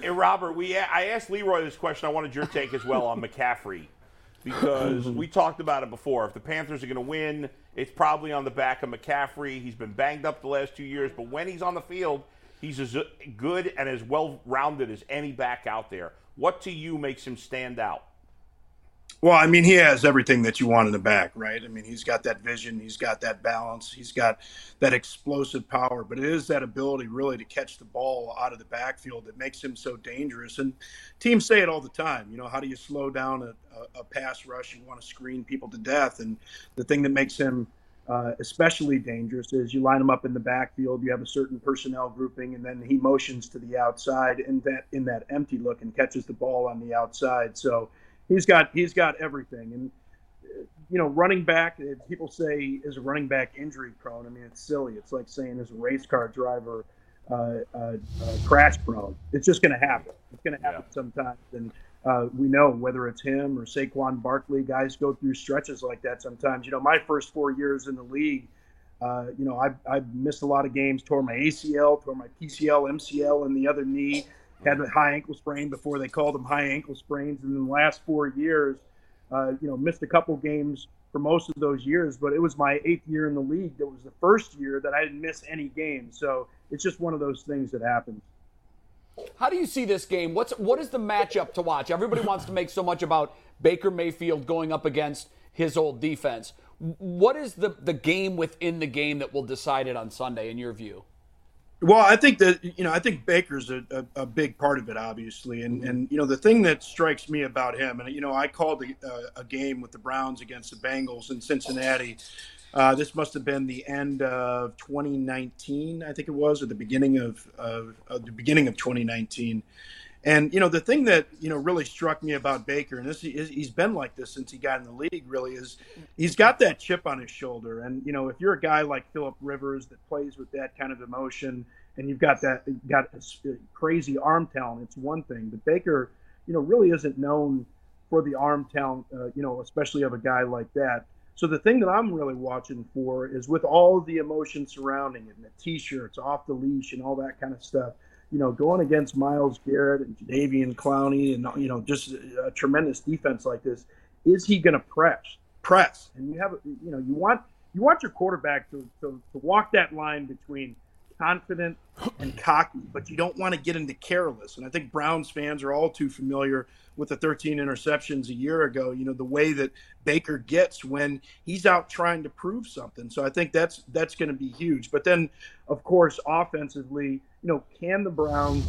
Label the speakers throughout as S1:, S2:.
S1: Hey, Robert, we I asked Leroy this question. I wanted your take as well on McCaffrey because we talked about it before. If the Panthers are going to win, it's probably on the back of McCaffrey. He's been banged up the last two years, but when he's on the field, he's as uh, good and as well rounded as any back out there. What to you makes him stand out?
S2: Well, I mean, he has everything that you want in the back, right? I mean, he's got that vision, he's got that balance, he's got that explosive power, but it is that ability really to catch the ball out of the backfield that makes him so dangerous. And teams say it all the time, you know, how do you slow down a, a pass rush? You want to screen people to death. And the thing that makes him uh, especially dangerous is you line him up in the backfield, you have a certain personnel grouping, and then he motions to the outside in that in that empty look and catches the ball on the outside. So he's got he's got everything and you know running back eh, people say is a running back injury prone i mean it's silly it's like saying is a race car driver uh, uh, uh, crash prone it's just going to happen it's going to happen yeah. sometimes and uh, we know whether it's him or Saquon Barkley, guys go through stretches like that sometimes. You know, my first four years in the league, uh, you know, I, I missed a lot of games, tore my ACL, tore my PCL, MCL, and the other knee had a high ankle sprain before they called them high ankle sprains. And in the last four years, uh, you know, missed a couple games for most of those years. But it was my eighth year in the league. That was the first year that I didn't miss any games. So it's just one of those things that happens.
S3: How do you see this game? What's what is the matchup to watch? Everybody wants to make so much about Baker Mayfield going up against his old defense. What is the the game within the game that will decide it on Sunday, in your view?
S2: Well, I think that you know, I think Baker's a, a, a, big part of it, obviously, and and you know, the thing that strikes me about him, and you know, I called a, a game with the Browns against the Bengals in Cincinnati. Uh, this must have been the end of 2019, I think it was, or the beginning of, of, of the beginning of 2019. And you know, the thing that you know really struck me about Baker, and this he's been like this since he got in the league, really is he's got that chip on his shoulder. And you know, if you're a guy like Philip Rivers that plays with that kind of emotion, and you've got that got uh, crazy arm talent, it's one thing. But Baker, you know, really isn't known for the arm talent, uh, you know, especially of a guy like that. So the thing that I'm really watching for is with all the emotion surrounding it, and the t-shirts, off the leash, and all that kind of stuff you know, going against Miles Garrett and Jadavian Clowney and you know just a tremendous defense like this, is he going to press? Press, and you have you know you want you want your quarterback to, to, to walk that line between confident and cocky, but you don't want to get into careless. And I think Browns fans are all too familiar with the 13 interceptions a year ago. You know the way that Baker gets when he's out trying to prove something. So I think that's that's going to be huge. But then, of course, offensively you know, can the Browns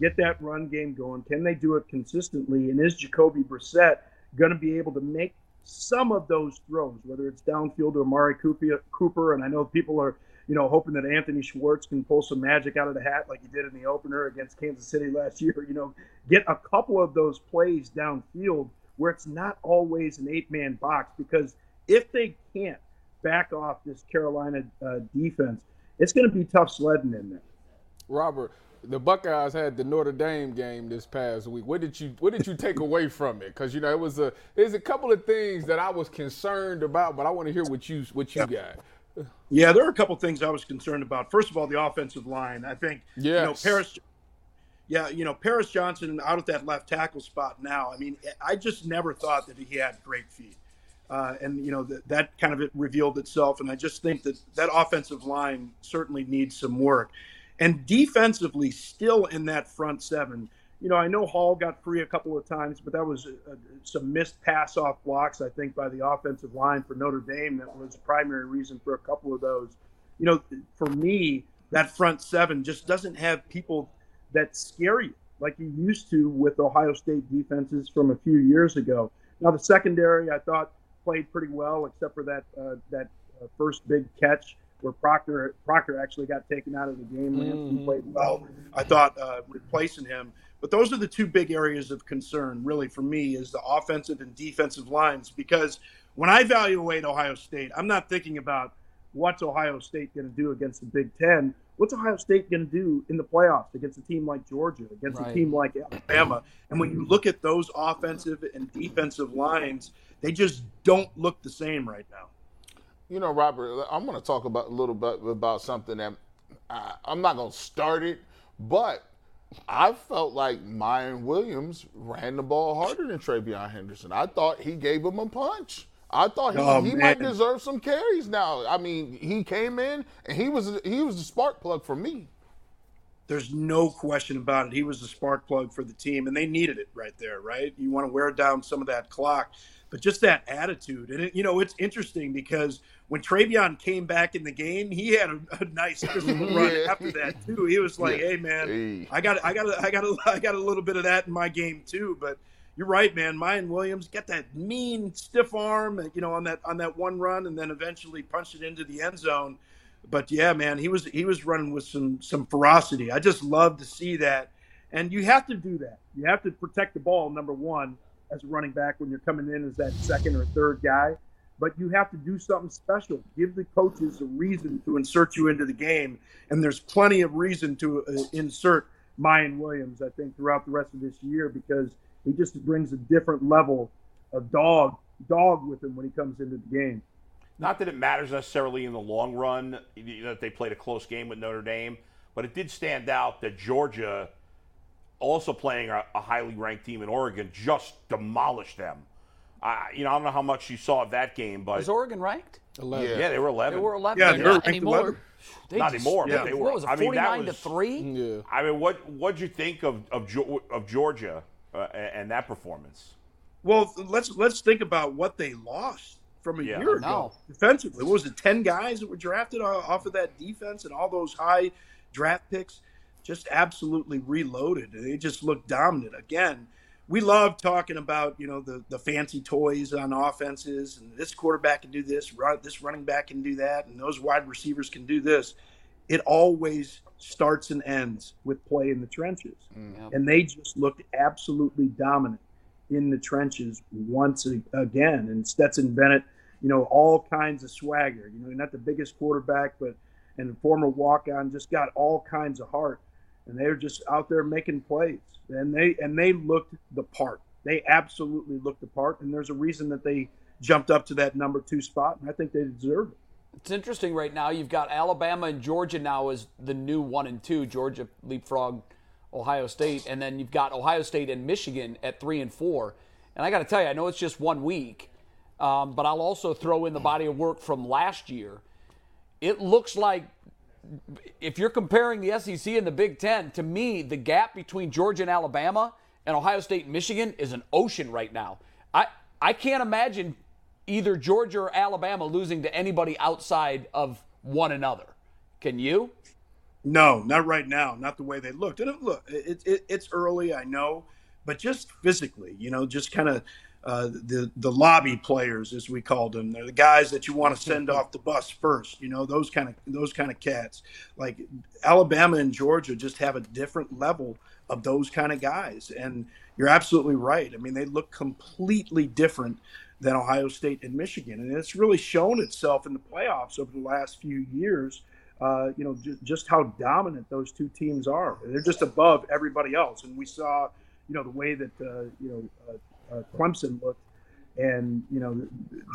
S2: get that run game going? Can they do it consistently? And is Jacoby Brissett going to be able to make some of those throws, whether it's downfield or Amari Cooper? And I know people are, you know, hoping that Anthony Schwartz can pull some magic out of the hat like he did in the opener against Kansas City last year. You know, get a couple of those plays downfield where it's not always an eight man box because if they can't back off this Carolina uh, defense, it's going to be tough sledding in there.
S4: Robert, the Buckeyes had the Notre Dame game this past week. What did you What did you take away from it? Because you know it was a there's a couple of things that I was concerned about, but I want to hear what you what you yeah.
S2: got. Yeah, there are a couple things I was concerned about. First of all, the offensive line. I think yes. you know Paris. Yeah, you know Paris Johnson out at that left tackle spot now. I mean, I just never thought that he had great feet. Uh, and you know th- that kind of it revealed itself, and I just think that that offensive line certainly needs some work and defensively still in that front seven. You know, I know Hall got free a couple of times, but that was a, a, some missed pass off blocks, I think, by the offensive line for Notre Dame. That was the primary reason for a couple of those. You know, for me, that front seven just doesn't have people that scare you like you used to with Ohio State defenses from a few years ago. Now, the secondary, I thought, played pretty well, except for that uh, that uh, first big catch where Proctor Proctor actually got taken out of the game. Lampson mm-hmm. played well. I thought uh, replacing him But those are the two big areas of concern, really, for me, is the offensive and defensive lines. Because when I evaluate Ohio State, I'm not thinking about what's Ohio State going to do against the Big Ten. What's Ohio State going to do in the playoffs against a team like Georgia, against
S3: Right.
S2: a team like Alabama? And when you look at those offensive and defensive lines, they just don't look the same right now.
S4: You know, Robert, I'm going to talk about a little bit about something that I, I'm not going to start it, but I felt like Mayan Williams ran the ball harder than Travion Henderson. I thought he gave him a punch. I thought he,
S2: Oh,
S4: he might
S2: man.
S4: deserve some carries now. I mean, he came in and he was he was the spark plug for me.
S2: There's no question about it. He was the spark plug for the team, and they needed it right there, right? You want to wear down some of that clock, but just that attitude. And, it, you know, it's interesting because when Travion came back in the game, he had a, a nice physical run
S4: Yeah.
S2: after that, too. He was like, hey, man,
S4: Hey.
S2: I got, I got, a, I got, a, I got a little bit of that in my game too. But you're right, man. Mayan Williams got that mean stiff arm, you know, on that on that one run, and then eventually punched it into the end zone. But yeah, man, he was he was running with some some ferocity. I just love to see that, and you have to do that. You have to protect the ball. Number one, as a running back, when you're coming in as that second or third guy. But you have to do something special. Give the coaches a reason to insert you into the game, and there's plenty of reason to uh, insert Mayan Williams, I think, throughout the rest of this year because he just brings a different level of dog dog with him when he comes into the game.
S1: Not that it matters necessarily in the long run you know, that they played a close game with Notre Dame, but it did stand out that Georgia, also playing a, a highly ranked team in Oregon, just demolished them. I, you know, I don't know how much you saw of that game, but
S3: Is Oregon ranked?
S1: yeah, they were 11.
S3: They were 11.
S2: Yeah,
S3: They're
S2: they're
S3: not
S2: ranked
S3: anymore.
S2: 11.
S3: They
S1: Not
S3: just-
S1: anymore, but
S2: yeah.
S1: they were.
S3: What was it,
S1: I mean,
S3: 49
S1: that
S3: to
S1: was-
S3: 3?
S4: Yeah.
S1: I mean, what what'd you think of of, Geo- of Georgia uh, and, and that performance?
S2: Well, let's let's think about what they lost from a
S1: Yeah.
S2: year
S3: I know.
S2: ago defensively. What was it? Ten guys that were drafted o- off of that defense and all those high draft picks, just absolutely reloaded. They just looked dominant again. We love talking about you know the the fancy toys on offenses and this quarterback can do this, run, this running back can do that, and those wide receivers can do this. It always starts and ends with play in the trenches
S1: Mm.
S2: and they just looked absolutely dominant in the trenches once a- again. And Stetson Bennett, you know, all kinds of swagger. You know, not the biggest quarterback, but and former walk-on just got all kinds of heart, and they were just out there making plays. And they and they looked the part. They absolutely looked the part. And there's a reason that they jumped up to that number two spot, and I think they deserved it.
S3: It's interesting right now. You've got Alabama and Georgia now as the new one and two. Georgia leapfrog Ohio State, and then you've got Ohio State and Michigan at three and four. And I got to tell you, I know it's just one week, um, but I'll also throw in the body of work from last year. It looks like if you're comparing the SEC and the Big Ten, to me, the gap between Georgia and Alabama and Ohio State and Michigan is an ocean right now. I, I can't imagine either Georgia or Alabama losing to anybody outside of one another. Can you?
S2: No, not right now. Not the way they looked. And it, look, it, it, it's early, I know, but just physically, you know, just kind of uh, the the lobby players, as we called them, they're the guys that you want to send off the bus first. You know, those kind of those kind of cats. Like Alabama and Georgia just have a different level of those kind of guys. And you're absolutely right. I mean, they look completely different than Ohio State and Michigan, and it's really shown itself in the playoffs over the last few years uh, you know, ju- just how dominant those two teams are. They're just above everybody else. And we saw, you know, the way that uh, you know uh, uh, Clemson looked, and you know,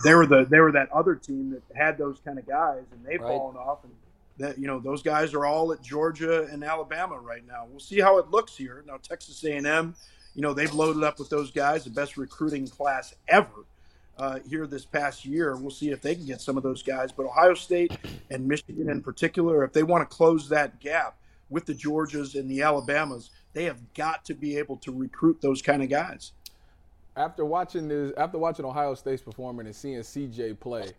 S2: they were the they were that other team that had those kind of guys, and they've
S3: Right.
S2: fallen off. And that you know, those guys are all at Georgia and Alabama right now. We'll see how it looks here. Now, Texas A and M, you know, they've loaded up with those guys, the best recruiting class ever uh, here this past year. We'll see if they can get some of those guys. But Ohio State and Michigan in particular, if they want to close that gap with the Georgias and the Alabamas, they have got to be able to recruit those kind of guys.
S4: after watching this, after watching Ohio State's performance and seeing CJ play,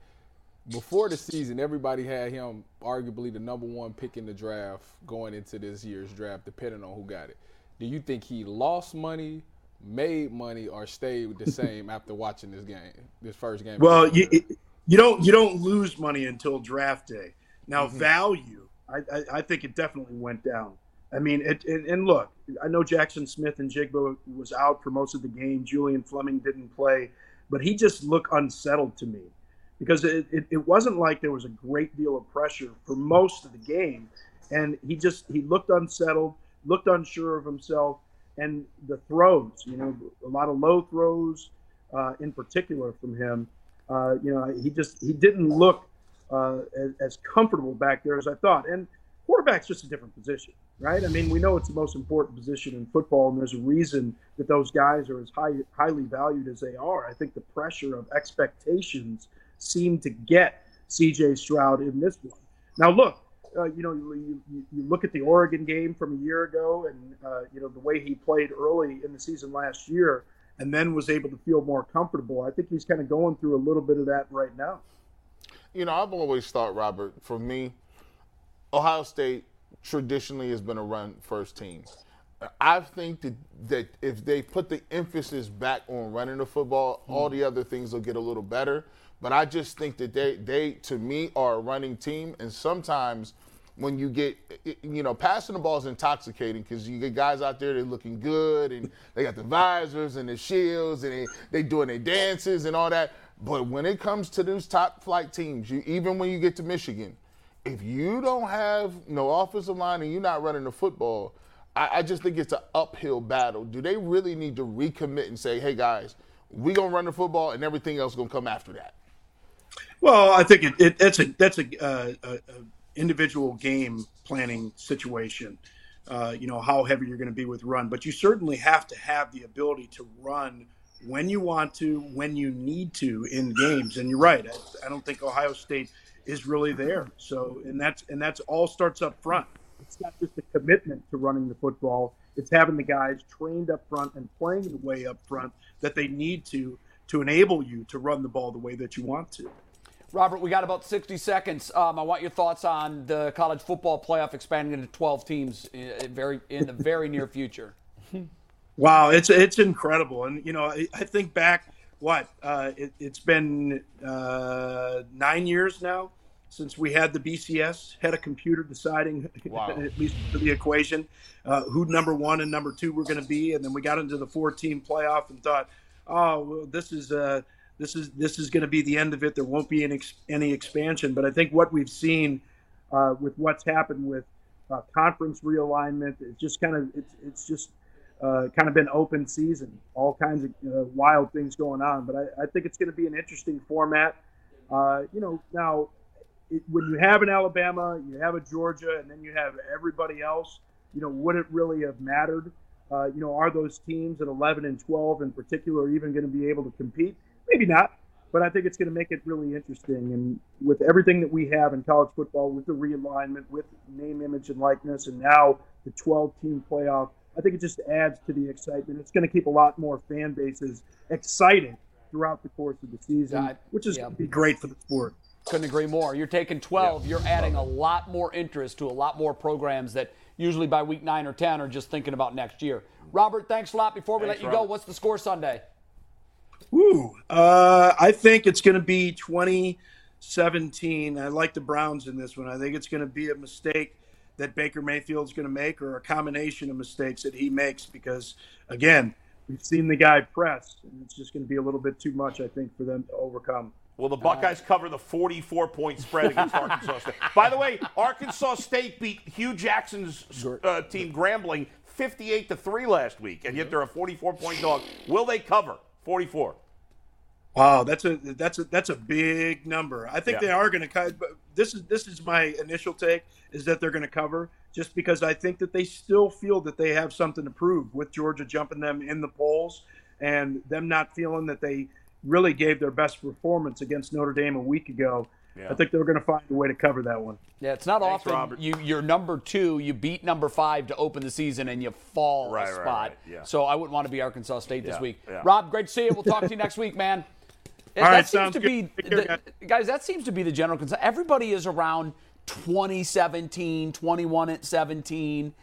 S4: before the season, everybody had him arguably the number one pick in the draft going into this year's draft, depending on who got it. Do you think he lost money, made money, or stayed the same after watching this game, this first game?
S2: Well, you, you don't you don't lose money until draft day. Now value, I, I, I think it definitely went down. I mean, it, it, and look, I know Jackson Smith and Jigbo was out for most of the game. Julian Fleming didn't play, but he just looked unsettled to me because it, it, it wasn't like there was a great deal of pressure for most of the game. And he just, he looked unsettled, looked unsure of himself. And the throws, you know, a lot of low throws uh, in particular from him. Uh, you know, he just, he didn't look uh, as, as comfortable back there as I thought. And quarterback's just a different position right? I mean, we know it's the most important position in football, and there's a reason that those guys are as high, highly valued as they are. I think the pressure of expectations seemed to get C.J. Stroud in this one. Now, look, uh, you know, you, you, you, look at the Oregon game from a year ago, and uh, you know the way he played early in the season last year, and then was able to feel more comfortable. I think he's kind of going through a little bit of that right now.
S5: You know, I've always thought, Robert, for me, Ohio State traditionally has been a run first team. I think that, that if they put the emphasis back on running the football, all the other things will get a little better. But I just think that they, they to me, are a running team. And sometimes when you get, you know, passing the ball is intoxicating because you get guys out there, they're looking good and they got the visors and the shields and they, they doing their dances and all that. But when it comes to those top flight teams, you, even when you get to Michigan, if you don't have no offensive line and you're not running the football, I, I, just think it's an uphill battle. Do they really need to recommit and say, hey guys, we're gonna run the football and everything else is gonna come after that?
S2: Well, I think it, it, that's a that's a, uh, a, individual game planning situation. Uh, you know how heavy you're going to be with run, but you certainly have to have the ability to run when you want to, when you need to in games. And you're right. I, I don't think Ohio State is really there. So, and that's and that's all starts up front. It's not just a commitment to running the football. It's having the guys trained up front and playing the way up front that they need to to enable you to run the ball the way that you want to.
S3: Robert, we got about 60 seconds. Um, I want your thoughts on the college football playoff expanding into 12 teams in, very in the very near future.
S2: Wow, it's it's incredible, and you know I, I think back what uh, it, has been uh, nine years now since we had the BCS had a computer deciding wow. at least for the equation uh, who number one and number two were going to be, and then we got into the four-team playoff and thought, oh, well, this is this is this is going to be the end of it. There won't be any, any expansion. But I think what we've seen uh, with what's happened with uh, conference realignment, it's just kind of it's it's just uh, kind of been open season, all kinds of uh, wild things going on. But I, I think it's going to be an interesting format. Uh, you know, now it, when you have an Alabama, you have a Georgia, and then you have everybody else. You know, would it really have mattered? Uh, you know, are those teams at 11 and 12 in particular even going to be able to compete? Maybe not. But I think it's going to make it really interesting. And with everything that we have in college football, with the realignment, with name, image, and likeness, and now the 12 team playoff, I think it just adds to the excitement. It's going to keep a lot more fan bases excited throughout the course of the season, God, which is yeah. going to be great for the sport.
S3: Couldn't agree more. You're taking 12. Yeah. You're adding a lot more interest to a lot more programs that usually by week nine or 10 are just thinking about next year. Robert, thanks a lot. Before we thanks, let you Robert. go, what's the score Sunday?
S2: Ooh, uh, I think it's going to be 2017. I like the Browns in this one. I think it's going to be a mistake that Baker Mayfield's going to make or a combination of mistakes that he makes because, again, we've seen the guy press, and it's just going to be a little bit too much, I think, for them to overcome.
S1: Will the Buckeyes uh, cover the 44 point spread against Arkansas State? By the way, Arkansas State beat Hugh Jackson's uh, team, Grambling, 58 to 3 last week, and yet
S3: Mm-hmm.
S1: they're a 44 point dog. Will they cover 44?
S2: Wow, that's a that's a that's a big number. I think yeah. they are going to cut. This is this is my initial take is that they're going to cover just because I think that they still feel that they have something to prove with Georgia jumping them in the polls and them not feeling that they really gave their best performance against Notre Dame a week ago. Yeah. I think they're going to find a way to cover that one.
S3: Yeah, it's not Thanks, often Robert. you you're number two, you beat number five to open the season, and you fall right, a spot. Right, right. Yeah. So I wouldn't want to be Arkansas State this week. Rob, great to see you. We'll talk to you next week, man.
S2: All that right, seems to good.
S3: be the, guys. guys. That seems to be the general consensus. Everybody is around 2017, 21 at 17.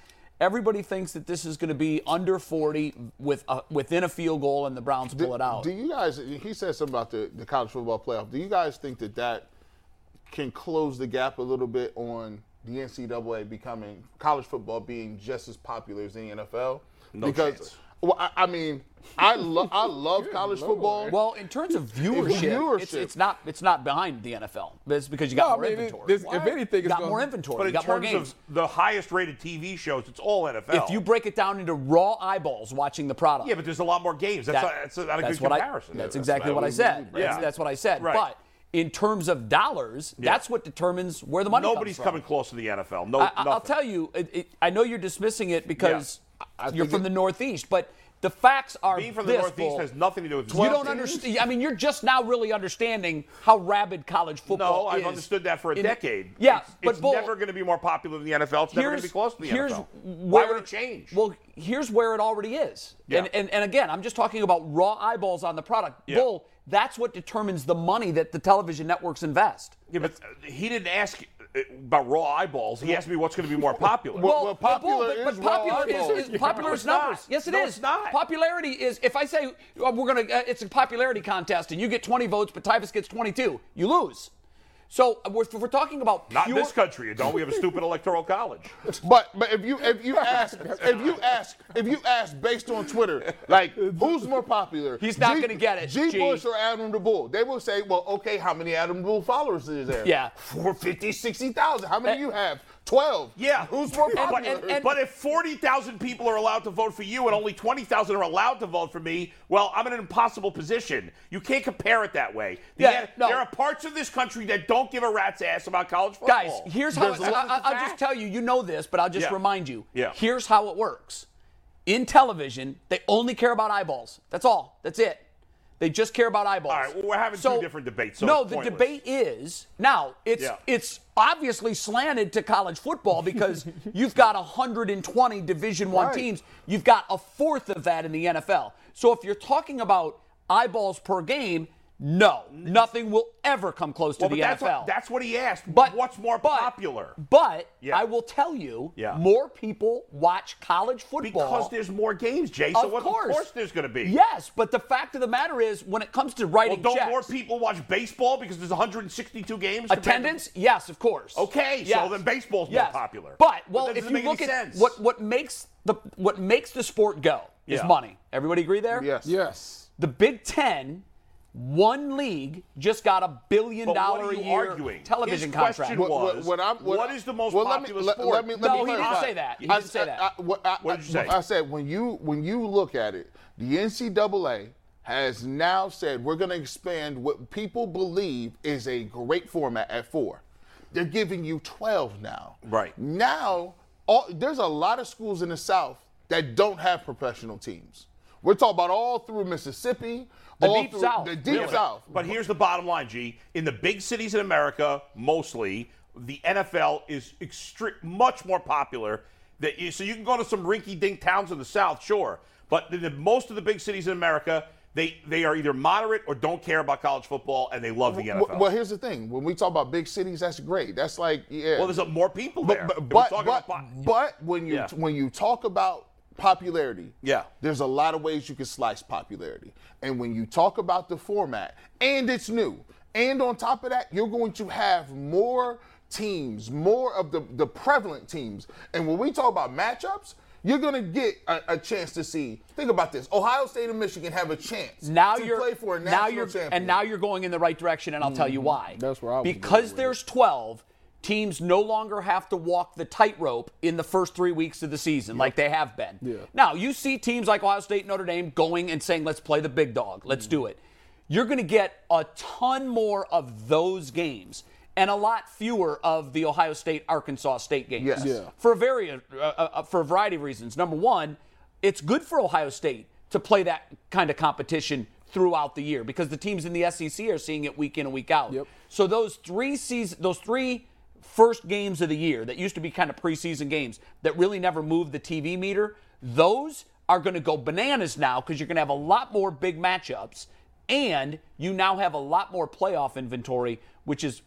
S3: Everybody thinks that this is going to be under 40 with a, within a field goal, and the Browns pull
S5: do,
S3: it out.
S5: Do you guys? He said something about the, the college football playoff. Do you guys think that that can close the gap a little bit on the NCAA becoming college football being just as popular as the NFL. because
S1: chance.
S5: well, I, I mean, I love I love college football.
S3: Well, in terms of viewership, It's,
S5: viewership-
S3: it's not it's not behind the NFL. It's because you got
S4: No, I
S3: more
S4: mean, it-
S3: inventory.
S4: this- if What? anything, it's
S3: you got
S4: gonna-
S3: more inventory.
S1: But
S3: you
S1: in
S3: got more
S1: terms
S3: games.
S1: of the highest rated TV shows, it's all NFL.
S3: if you break it down into raw eyeballs watching the product,
S1: yeah, but there's a lot more games. That's,
S3: That-
S1: not, that's not a
S3: that's
S1: good
S3: what I-
S1: comparison.
S3: that's exactly what I said. That's, that's what I said.
S1: Right.
S3: But in terms of dollars, that's what determines where the money
S1: Nobody's
S3: comes from.
S1: coming close to the NFL. No,
S3: I, I'll
S1: nothing.
S3: tell you, it, it, I know you're dismissing it because you're
S5: think
S3: from
S5: it-
S3: the Northeast, but the facts are
S1: Being from the
S3: this,
S1: Northeast
S3: Bull.
S1: has nothing to do with
S3: You don't understand. I mean, you're just now really understanding how rabid college football
S1: No,
S3: is.
S1: I've understood that for a
S3: in-
S1: decade.
S3: Yeah,
S1: it's,
S3: but
S1: it's
S3: Bull,
S1: never going to be more popular than the NFL. It's never going to be close to the
S3: here's
S1: NFL.
S3: Where,
S1: Why would it change?
S3: Well, here's where it already is.
S1: Yeah.
S3: And, and and again, I'm just talking about raw eyeballs on the product.
S1: Yeah.
S3: Bull, that's what determines the money that the television networks invest.
S1: yeah, but uh, he didn't ask uh, about raw eyeballs. He asked me what's going to be more popular.
S5: Well, well, popular
S3: but, but
S5: is raw
S3: popular
S5: eyeballs.
S3: is,
S5: Yeah,
S3: is popular
S1: no,
S3: is
S1: it's not.
S3: numbers. Yes, it is.
S1: No, it's not.
S3: Popularity is if I say uh, we're gonna, uh, it's a popularity contest, and you get 20 votes, but Tyvus gets 22, you lose. So uh, we're, if we're talking about
S1: not in
S3: pure-
S1: this country. Don't we have a stupid electoral college?
S5: But but if you if you ask if you ask if you ask based on Twitter, like who's more popular?
S3: He's not
S5: G-
S3: gonna get it,
S5: G,
S3: G.
S5: Bush or Adam DeBull? They will say, well, okay, how many Adam DeBull followers is there?
S3: Yeah.
S5: 450, 60,000. How many
S3: Eh.
S5: you have? Twelve.
S1: Yeah,
S5: Who's more
S1: But,
S5: popular?
S3: and- and-
S1: but if 40,000 people are allowed to vote for you and only 20,000 are allowed to vote for me, well, I'm in an impossible position. You can't compare it that way. The-
S3: Yeah, no.
S1: There are parts of this country that don't give a rat's ass about college football.
S3: Guys, here's how
S1: There's
S3: it, I,
S1: lots
S3: I,
S1: of
S3: I'll just
S1: facts.
S3: tell you. You know this, but I'll just
S1: Yeah.
S3: remind you.
S1: Yeah.
S3: Here's how it works. In television, they only care about eyeballs. That's all. That's it. They just care about eyeballs.
S1: All right, well, we're having two different debates, so
S3: no,
S1: it's
S3: the
S1: pointless.
S3: debate is now it's
S1: Yeah.
S3: it's obviously slanted to college football because you've got 120 Division One
S5: Right.
S3: teams. You've got a fourth of that in the NFL. So if you're talking about eyeballs per game, no, nothing will ever come close to
S1: Well,
S3: the
S1: but that's,
S3: NFL.
S1: what, that's what he asked.
S3: But
S1: what's more
S3: but-
S1: popular?
S3: But
S1: Yeah.
S3: I will tell you,
S1: Yeah.
S3: more people watch college football.
S1: Because there's more games, Jay. So
S3: Of
S1: what-
S3: course.
S1: of course there's going to be.
S3: yes, but the fact of the matter is, when it comes to
S1: Well,
S3: writing
S1: don't
S3: checks,
S1: more people watch baseball because there's 162 games? to pay-
S3: attendance, yes, of course.
S1: Okay, so
S3: Yes.
S1: then baseball's more
S3: yes.
S1: popular.
S3: But
S1: But
S3: well,
S1: that
S3: if
S1: doesn't
S3: you
S1: make
S3: look
S1: any
S3: at
S1: sense.
S3: what what makes the what makes the sport go is
S1: Yeah.
S3: money. Everybody agree there?
S5: yes.
S4: Yes.
S3: The Big Ten. One league just got a billion
S1: But
S3: dollar
S1: what are you
S3: a year
S1: arguing?
S3: television
S1: His
S3: contract.
S1: question
S5: What-
S1: was,
S5: what I'm-
S1: what is the most
S5: well, let me-
S1: popular
S5: let-
S1: sport?
S5: let me- let
S3: No,
S5: me
S3: he didn't
S5: clarify.
S3: say that. He
S5: I
S3: didn't say
S5: said-
S3: that.
S5: I- what I-
S1: What did you say?
S5: I said when you when you look at it, the NCAA has now said we're going to expand what people believe is a great format at four. They're giving you 12 now.
S1: Right.
S5: Now, all, there's a lot of schools in the South that don't have professional teams. We're talking about all through Mississippi,
S3: The
S5: all
S3: deep
S5: through
S3: South.
S5: the deep
S1: Yeah, but-
S5: South.
S1: But here's the bottom line, G. In the big cities in America, mostly, the NFL is extre- much more popular. That you, so you can go to some rinky-dink towns in the South, sure, but in the, most of the big cities in America, they they are either moderate or don't care about college football, and they love the NFL.
S5: Well, well, here's the thing. When we talk about big cities, that's great. That's like yeah.
S1: Well, there's a, more people there.
S5: but
S1: We're
S5: but but,
S1: talking
S5: but,
S1: about-
S5: but when you
S1: Yeah.
S5: when you talk about popularity,
S1: Yeah.
S5: there's a lot of ways you can slice popularity. And when you talk about the format, and it's new, and on top of that, you're going to have more teams, more of the the prevalent teams. And when we talk about matchups. You're gonna get a, a chance to see. Think about this: Ohio State and Michigan have a chance
S3: now
S5: to
S3: you're
S5: play for a national Mm-hmm.
S3: now you're
S5: championship.
S3: and now you're going in the right direction, and I'll tell you why.
S4: That's where I was going
S3: because
S4: with it.
S3: there's 12 teams no longer have to walk the tightrope in the first three weeks of the season like they have been. Now you see teams like Ohio State, Notre Dame going and saying, "Let's play the big dog. Let's
S5: Mm-hmm.
S3: do it." You're going to get a ton more of those games. And a lot fewer of the Ohio State Arkansas State games
S5: Yes. Yeah.
S3: for a very uh, uh, uh, for a variety of reasons. Number one, it's good for Ohio State to play that kind of competition throughout the year because the teams in the SEC are seeing it week in and week out.
S4: Yep.
S3: So those three season, those three first games of the year that used to be kind of preseason games that really never moved the TV meter, those are going to go bananas now because you're going to have a lot more big matchups and you now have a lot more playoff inventory, which is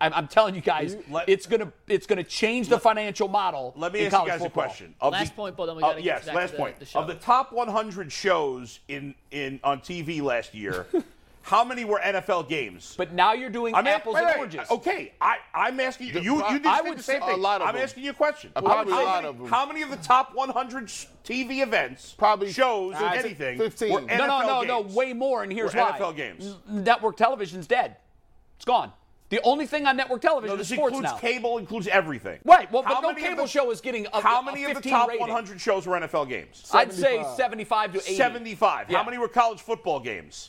S3: I'm, I'm telling you guys,
S1: Let-
S3: it's gonna it's gonna change the financial model.
S1: Let me
S3: in
S1: ask you
S3: college
S1: guys
S3: football.
S1: a question. Of
S6: Last point, Bo, then we gotta get
S1: yes,
S6: back to
S1: last
S6: the-
S1: point.
S6: the show.
S1: Of the top 100 shows in in on TV last year, How many were NFL games?
S3: But now you're doing
S1: I'm a-
S3: apples
S1: wait,
S3: and
S1: wait,
S3: oranges.
S1: Okay, I, I'm asking you. You, you did
S5: I
S1: say
S5: would
S1: the same
S5: say a
S1: thing.
S5: lot of
S1: I'm
S5: them.
S1: asking you a question.
S5: Uh, probably
S1: how,
S5: a lot
S1: many,
S5: of them.
S1: how many of the top 100 sh- TV events,
S5: Probably
S1: shows, or
S5: uh,
S1: anything,
S5: 15.
S1: were
S5: No,
S1: NFL
S5: no,
S3: no, no, no,
S1: games?
S3: no, way more, and here's
S1: Were
S3: why.
S1: NFL games.
S3: N- Network television's dead. It's gone. The only thing on network television
S1: No, this
S3: is sports
S1: includes
S3: now.
S1: cable, includes everything.
S3: Right, well, but
S1: How
S3: no
S1: many of
S3: cable
S1: the-
S3: show is getting a-
S1: How
S3: a
S1: many of the
S3: 15
S1: top
S3: rating.
S1: 100 shows were NFL games?
S3: I'd say 75 to 80.
S1: 75.
S3: Yeah.
S1: How many were college football games?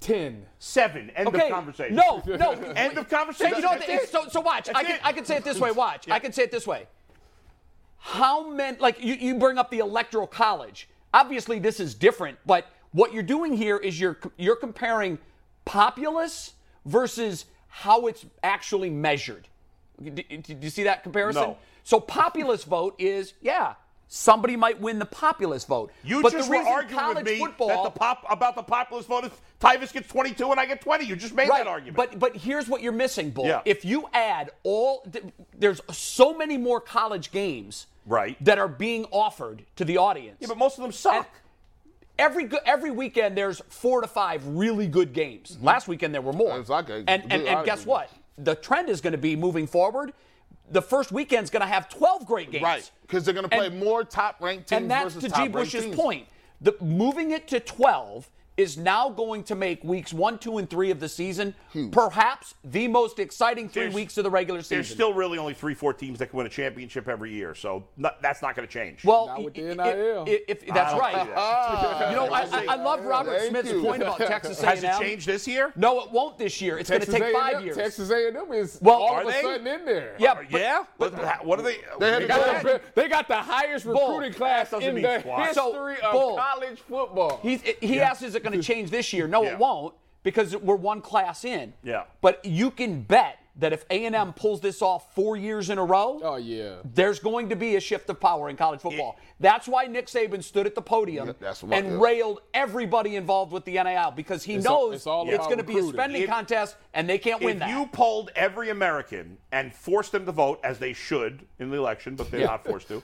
S4: Ten.
S1: Seven. End
S3: Okay.
S1: of conversation.
S3: No, no.
S1: End of
S3: So,
S1: conversation.
S3: you know, what
S1: That's
S3: the-
S1: it.
S3: so, so watch. I
S1: That's
S3: can,
S1: it.
S3: I can say it this way. Watch. I can say it this way. How many, like, you, you bring up the electoral college. Obviously, this is different, but what you're doing here is you're, you're comparing populace versus how it's actually measured. Do, do you see that comparison?
S1: No.
S3: So, populace vote is, yeah, somebody might win the populace vote.
S1: You
S3: but
S1: just
S3: the
S1: were
S3: reason
S1: arguing with
S3: college
S1: me
S3: football,
S1: that the pop about the populist vote is Tyvus gets 22 and I get 20. You just made
S3: right,
S1: that argument.
S3: But but here's what you're missing, Bull.
S1: Yeah.
S3: If you add all, th- there's so many more college games
S1: Right.
S3: that are being offered to the audience.
S1: yeah, but most of them suck.
S3: And every go- every weekend there's four to five really good games.
S1: Mm-hmm.
S3: Last weekend there were more.
S5: It's like a-
S3: and and, and guess what? The trend is going to be moving forward. The first weekend's going to have 12 great games.
S5: Right, because they're going to play
S3: And-
S5: more top-ranked teams
S3: and that's
S5: versus
S3: to G.
S5: top-ranked
S3: Bush's
S5: teams.
S3: point. The moving it to 12 is now going to make weeks one, two, and three of the season perhaps the most exciting three
S1: There's-
S3: weeks of the regular season.
S1: There's still really only three, four teams that can win a championship every year, so not, that's not going to change.
S3: well,
S4: Not with the
S3: i- i-
S4: NIL.
S3: i- if- that's
S1: don't
S3: right.
S1: see
S5: Ah,
S3: You know, I, I, I love Robert
S5: Thank
S3: Smith's
S5: you.
S3: point about Texas
S1: has
S3: A&M.
S1: it changed this year?
S3: No, it won't this year. It's going to
S4: Texas
S3: take
S4: A&M,
S3: 5 years.
S4: Texas A&M is
S3: Well,
S4: all
S3: are
S4: of a
S1: they?
S4: sudden in there.
S3: yeah, but-
S1: yeah. What, what are they?
S5: They had
S4: They
S5: to
S4: got,
S5: go-
S4: the, they got the highest
S3: Bull.
S4: recruiting class
S1: That doesn't
S4: in
S1: mean
S4: the
S1: squat.
S3: So,
S4: history of
S3: Bull.
S4: college football.
S3: He, he asked, is it going to change this year? No,
S1: Yeah.
S3: it won't because we're one class in.
S1: Yeah.
S3: But you can bet that if A&M pulls this off four years in a row,
S4: oh yeah.
S3: there's going to be a shift of power in college football. that's why Nick Saban stood at the podium
S5: Yeah, that's what-
S3: and
S5: yeah.
S3: railed everybody involved with the NIL because he
S4: It's all-
S3: knows
S4: it's all
S3: it's
S4: about
S3: going to be a
S4: recruiting.
S3: spending
S1: If-
S3: contest and they can't win
S1: if
S3: that.
S1: you polled every American and forced them to vote as they should in the election, but they're not forced to,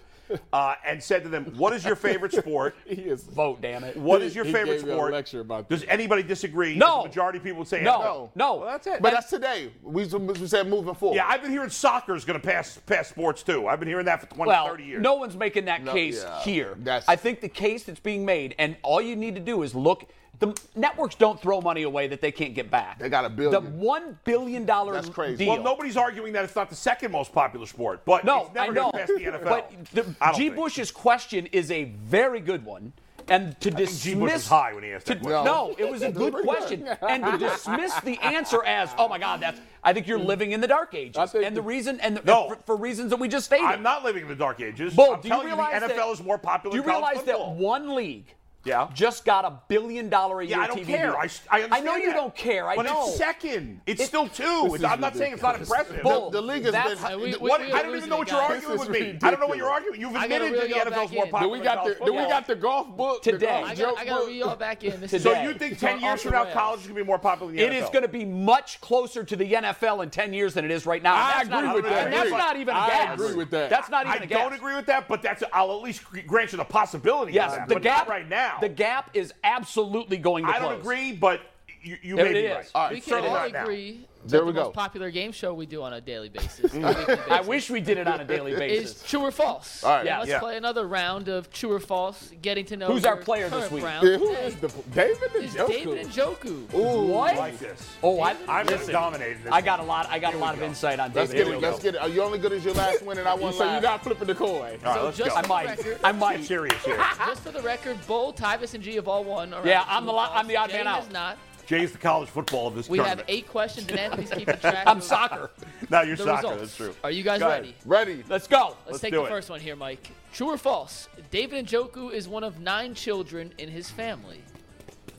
S1: uh, and said to them, "What is your favorite sport?
S4: He is.
S3: Vote, damn it.
S1: What is your
S4: He
S1: favorite
S4: gave you a
S1: sport?"
S4: lecture about
S1: Does
S4: that.
S1: anybody disagree?
S3: No.
S1: The majority of people would say
S3: No.
S1: no.
S3: No.
S1: Well, that's it.
S5: But that's today. We, we said moving forward.
S1: yeah, I've been hearing soccer is going to pass pass sports too. I've been hearing that for 20,
S3: well,
S1: 30 years.
S3: no one's making that case
S5: yeah,
S3: here.
S5: that's-
S3: I think the case that's being made, and all you need to do is look. The networks don't throw money away that they can't get back.
S5: They got a
S3: The
S5: billion.
S3: one billion dollar
S5: That's crazy.
S3: deal.
S1: Well, nobody's arguing that it's not the second most popular sport, but
S3: No,
S1: it's
S3: I
S1: never
S3: know.
S1: going to pass the NFL.
S3: But the,
S1: I don't
S3: G.
S1: think.
S3: Bush's question is a very good one, and to dismiss
S1: G. Bush was high when he asked that
S3: to-
S1: question.
S3: No, it was a good question, and to dismiss the answer as, "Oh my God, that's." I think you're living in the dark
S4: I
S3: ages,
S4: think
S3: and the
S4: the-
S3: reason, and the,
S1: No.
S3: for, for reasons that we just stated.
S1: I'm not living in the dark ages.
S3: Bull,
S1: I'm
S3: do you
S1: telling you, the
S3: realize
S1: NFL
S3: that-
S1: is more popular.
S3: Do you
S1: than college
S3: realize that
S1: football.
S3: one league?
S1: Yeah.
S3: Just got a billion dollar a year
S1: Yeah, I don't
S3: TV
S1: care.
S3: deal?
S1: I, s- I, understand
S3: know you
S1: that.
S3: don't care. I
S1: but
S3: know.
S1: it's second. It's
S3: It-
S1: still two. It's, I'm not saying it's not impressive.
S3: Bull,
S5: The league has
S3: that's-
S5: been-
S7: We- we-
S1: what,
S7: we are
S1: I don't even know what
S7: losing
S1: you're
S7: it, guys.
S1: arguing with
S4: This
S1: me.
S4: is
S1: I don't know what you're
S4: ridiculous.
S1: arguing. You've
S7: I gotta
S1: admitted that
S7: reel
S1: the
S7: y'all
S1: NFL's
S7: back
S1: more
S7: in.
S1: popular.
S4: Do we got the
S1: than
S4: do we
S1: college
S4: got the golf book the
S3: Today.
S4: golf
S3: I
S7: I
S4: joke
S7: got, I got to
S4: book?
S7: reel y'all back in. This
S3: Today.
S1: football. So you think
S7: it's gone
S1: 10 years
S7: off
S1: from
S7: the
S1: now
S7: rails.
S1: college is going to be more popular than the
S3: It
S1: NFL?
S3: is going to be much closer to the NFL in 10 years than it is right now.
S4: I
S3: That's not
S4: agree
S3: even-
S4: with that.
S3: And that's
S4: Agree.
S3: not even a
S4: I
S3: guess.
S4: agree with that.
S3: That's not even
S1: I
S3: a guess.
S1: don't agree with that, but that's I'll at least gr- grant you the possibility. of
S3: Yes,
S1: that,
S3: the
S1: but not
S3: gap
S1: right now.
S3: The gap is absolutely going to
S1: I don't
S3: close.
S1: agree, but you, you
S3: There
S1: may
S3: it
S1: be
S3: is.
S1: right.
S3: All
S7: We
S1: It's
S7: can
S1: certainly
S7: all
S1: not now.
S7: agree
S5: There
S7: that
S5: we
S7: the
S5: go.
S7: most popular game show we do on a daily basis, on a weekly basis
S3: I wish we did it on a daily
S7: is
S3: basis.
S7: true or false.
S5: All right.
S7: Yeah, let's
S1: Yeah.
S7: play another round of true or false, getting to know
S3: Who's our
S7: your
S3: player this
S7: current
S3: week?
S7: Round.
S4: Yeah, who is the David and
S7: It's
S4: Joku?
S7: David and Joku.
S3: what?
S1: I like this.
S3: oh, I,
S1: I'm
S3: listen,
S1: just dominating this.
S3: I got a lot. I got a lot of insight on
S5: Let's
S3: David.
S5: get it. Let's get it. Are you only good as your last win, and I
S4: You
S5: won
S4: say you're
S5: last?
S4: not flipping the coin.
S1: All right,
S7: So
S1: let's
S7: just
S1: go.
S3: I might. I
S1: Get
S3: might.
S1: serious here.
S7: Just for the record, Bull, Tyvis, and G have all won. around
S3: Yeah,
S7: true
S3: I'm the
S7: or
S3: li-
S7: false.
S3: I'm the odd
S7: Jay
S3: man out.
S7: Has not.
S1: Jay's the college football of this
S7: We have
S1: tournament.
S7: eight questions, and Anthony's keeping track.
S3: I'm
S7: of
S3: soccer.
S1: Now you're
S7: The
S1: soccer.
S7: results.
S1: That's true.
S7: Are you guys
S1: Go ahead.
S7: ready?
S5: Ready?
S3: Let's go.
S7: Let's,
S1: Let's
S7: take
S1: do
S7: the
S1: it.
S7: first one here, Mike. True or false? David Njoku is one of nine children in his family.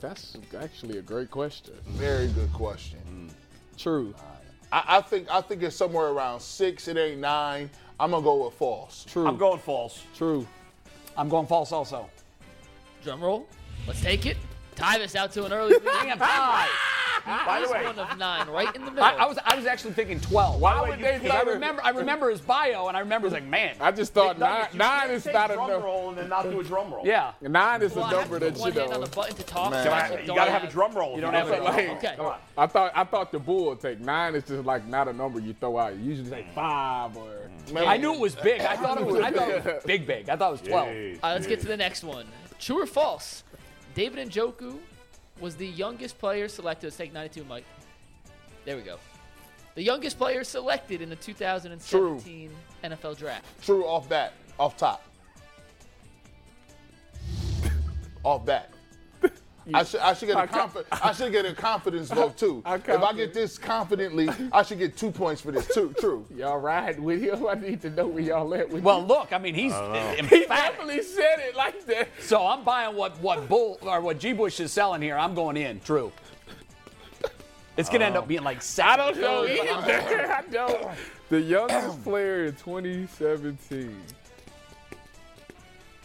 S4: That's actually a great question.
S5: Very good question.
S4: True.
S5: I, I think I think it's somewhere around six. It ain't nine. I'm gonna go with false.
S4: True.
S1: I'm going false.
S4: True.
S3: I'm going false also.
S7: Drum roll. Let's take it. Tyvus out to an early lead.
S3: Damn, Ty.
S1: By the way,
S7: one of nine, right in the middle.
S3: I, I was I was actually thinking 12.
S1: the
S3: Why
S1: way,
S3: would
S1: you
S3: they?
S1: can't-
S3: I remember I remember his bio and I remember he's like, man,
S4: I just thought nine,
S1: you
S4: nine
S1: can't
S4: is
S1: take
S4: not
S1: drum
S4: enough.
S1: roll and then not do a drum roll.
S3: yeah.
S4: Nine is
S7: Well,
S4: a
S7: I have
S4: number
S7: to put
S4: that you
S7: one hand on
S4: know.
S7: the button to talk.
S5: Man.
S7: so
S5: I-
S7: I
S1: you
S7: don't
S1: gotta have a drum roll. You
S3: don't have a drum
S7: Okay.
S3: roll.
S7: Okay.
S1: Come on.
S4: I thought I thought the bull would take nine is just like not a number you throw out. You usually say five or
S5: Man,
S3: I knew it was big. I thought it was I thought it was big big. I thought it was 12.
S7: All right, let's get to the next one. True or false? David Njoku was the youngest player selected. Let's take 92, Mike. There we go. The youngest player selected in the 2017 NFL draft.
S5: True off bat, off top. off bat. I should, I should get a confi- I should get a confidence vote too.
S4: I'm
S5: If I
S4: confident.
S5: get this confidently, I should get two points for this too. True.
S4: y'all ride with him. I need to know where y'all at with
S3: Well,
S4: you.
S3: look, I mean, he's
S4: he
S3: emphatic.
S4: definitely said it like that.
S3: So I'm buying what what Bull or what G Bush is selling here. I'm going in. True. It's gonna end up being like
S4: Oh. I don't
S3: seven.
S4: know either. I don't. The youngest player in 2017.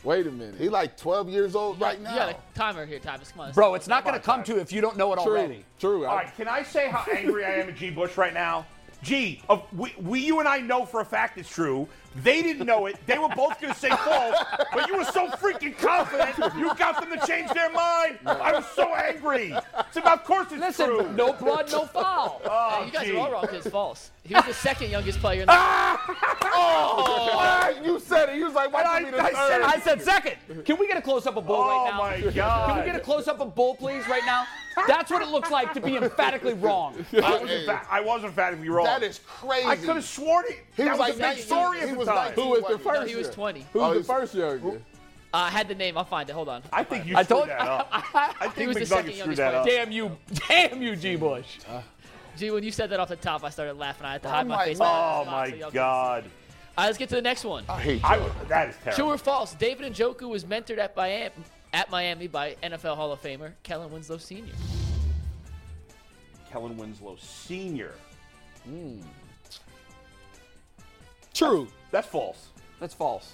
S4: Wait a minute.
S5: He like 12 years old right
S7: You
S5: now.
S7: got a timer here, Thomas. Come on. let's-
S3: Bro, it's not gonna come to if you don't know it already.
S4: True.
S1: All right, can I say how angry I am at G. Bush right now? G, of, we, we, you and I know for a fact it's true. They didn't know it. They were both going to say false, but you were so freaking confident you got them to change their mind. I was so angry. It's about, of course it's
S3: Listen,
S1: true.
S3: no blood, no foul.
S1: Oh,
S7: You guys
S1: gee. Ah!
S7: are all wrong 'cause it's false. He was the second youngest player in the
S1: Oh
S5: What? You said it. You was like, why
S1: And
S5: you
S1: I-
S5: be the
S1: I said
S5: third?
S3: I said second. Can we get a close up of Bull right now?
S1: Oh, my God.
S3: Can we get a close up of Bull, please, right now? That's what it looks like to be emphatically wrong.
S1: I was, in fact, I was emphatically wrong.
S5: That is crazy.
S1: I could have sworn it.
S5: He
S1: that
S5: was
S1: was,
S5: like
S1: a big
S5: 19.
S1: story at
S5: He
S1: the
S5: was
S1: time.
S5: 19.
S4: Who was the first?
S7: No, he was 20.
S4: Who
S5: Oh,
S4: was the
S5: he's-
S4: first youngest?
S7: Uh, I had the name. I'll find it. Hold on.
S1: I think you
S3: I
S1: screwed
S3: told-
S1: that up. I
S7: He
S1: think
S7: was the
S1: McNugget
S7: second
S1: screwed
S7: youngest
S1: that
S7: player.
S1: up.
S3: Damn you, damn you, G. Bush.
S7: Gee, when you said that off the top, I started laughing. I had to hide my,
S5: my
S7: face.
S1: Oh,
S7: Come on,
S1: my
S7: so y'all can see.
S1: God.
S7: All right, let's get to the next one.
S5: I hate you.
S1: I, that is terrible.
S7: True or false? David Njoku was mentored at Miami, at Miami by NFL Hall of Famer Kellen Winslow Sr.
S1: Kellen Winslow Sr.
S4: True.
S1: That's false.
S3: That's false.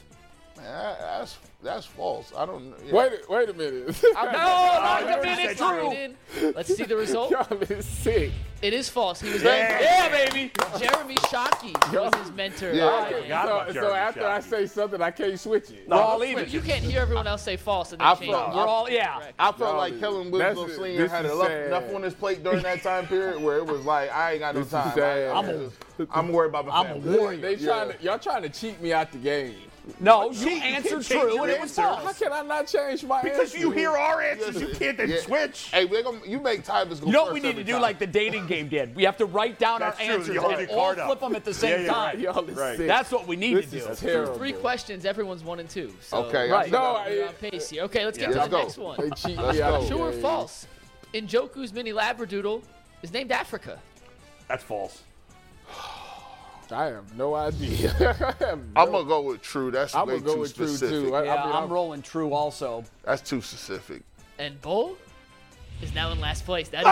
S5: Man, that- that's that's false. I don't. Yeah.
S4: Wait. Wait a minute.
S1: not the minute
S7: Let's read it in. Let's see the result.
S4: Y'all is sick.
S7: It is false. He was
S1: Yeah.
S7: baby. Jeremy Shockey was his mentor.
S5: Yeah.
S7: All right.
S1: Okay, God.
S4: So,
S1: about
S4: so
S1: Jeremy
S4: after I
S1: Shockey.
S4: say something, I can't switch it.
S1: No,
S3: We're all
S1: that's
S3: even.
S7: You can't hear everyone else say false and then
S5: I
S7: change.
S5: felt-
S7: it.
S3: We're all yeah.
S7: Correct.
S5: I felt
S4: Y'all
S5: like
S4: is-
S5: Kellen Winslow
S4: that's-
S5: Sr.
S4: this
S5: had
S4: is
S5: enough,
S4: sad.
S5: enough on his plate during that time period where it was like, I ain't got no
S4: This is
S5: time.
S4: sad.
S5: I, am worried about my
S3: I'm a
S5: family.
S3: warrior.
S4: They trying to, y'all trying to cheat me out the game.
S3: No, you
S1: can't
S3: answered
S1: change
S3: true
S1: your
S3: and it was
S1: answer.
S4: How
S3: false.
S4: can I not change my
S1: Because
S4: answer?
S1: you hear our answers, you can't then
S5: Yeah.
S1: switch.
S5: Hey, we're gonna, you make Tyvus go
S3: You know
S5: first
S3: what we need to
S5: every
S3: do
S5: time.
S3: like the dating game did? We have to write down
S1: That's
S3: our
S1: true,
S3: answers
S1: you hold
S3: and
S1: your
S3: all
S1: card up.
S3: flip them at the same
S1: Yeah, yeah,
S3: time.
S4: Y'all is
S1: Right.
S4: sick.
S3: That's what we need
S4: this
S3: to do.
S4: is terrible.
S7: Three questions. Everyone's one and two. So
S5: Okay,
S3: Right.
S5: I-
S4: No,
S7: we're
S4: I,
S7: on pace here. Okay, let's get
S5: Yeah,
S7: to the
S5: let's go.
S7: next one.
S4: they cheat
S5: Let's
S4: me out.
S5: go.
S4: the
S7: True or
S4: game.
S7: false? Njoku's mini labradoodle is named Africa.
S1: That's false.
S4: I have no idea. I have no-
S5: I'm gonna go with true. That's
S4: I'm
S5: way
S4: gonna go
S5: too
S4: with true
S5: specific.
S4: too. I,
S3: Yeah,
S4: I mean,
S3: I'm rolling true also.
S5: That's too specific.
S7: And Bull is now in last place. That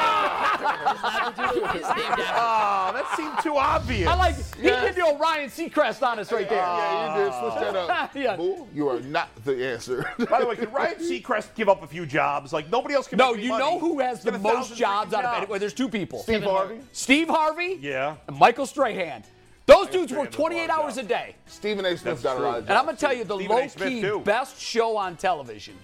S5: Ah!
S7: is true. His labradoodle is named after.
S1: Oh, that seemed too obvious.
S3: I like he did the Orion Seacrest on us right there.
S5: yeah, you did switch that up.
S3: Yeah.
S5: Boo, you are not the answer.
S1: By the way, can Ryan Seacrest give up a few jobs? Like nobody else can.
S3: No,
S1: make any
S3: you
S1: money.
S3: know who has the
S1: Get a
S3: most
S1: thousand
S3: jobs
S1: freaking
S3: out of
S1: jobs.
S3: it? Well, there's two people.
S5: Steve Harvey.
S3: Steve Harvey
S1: Yeah.
S3: and Michael Strahan. Those dudes
S1: Strahan
S3: work
S1: does a
S3: 28
S1: lot of
S3: hours a
S1: jobs.
S3: day.
S5: Stephen A.
S1: That's
S5: Smith got a lot of
S3: And I'm
S5: jobs.
S3: going to tell you the
S1: Stephen A.
S3: low
S1: Smith,
S3: key
S1: too.
S3: best show on television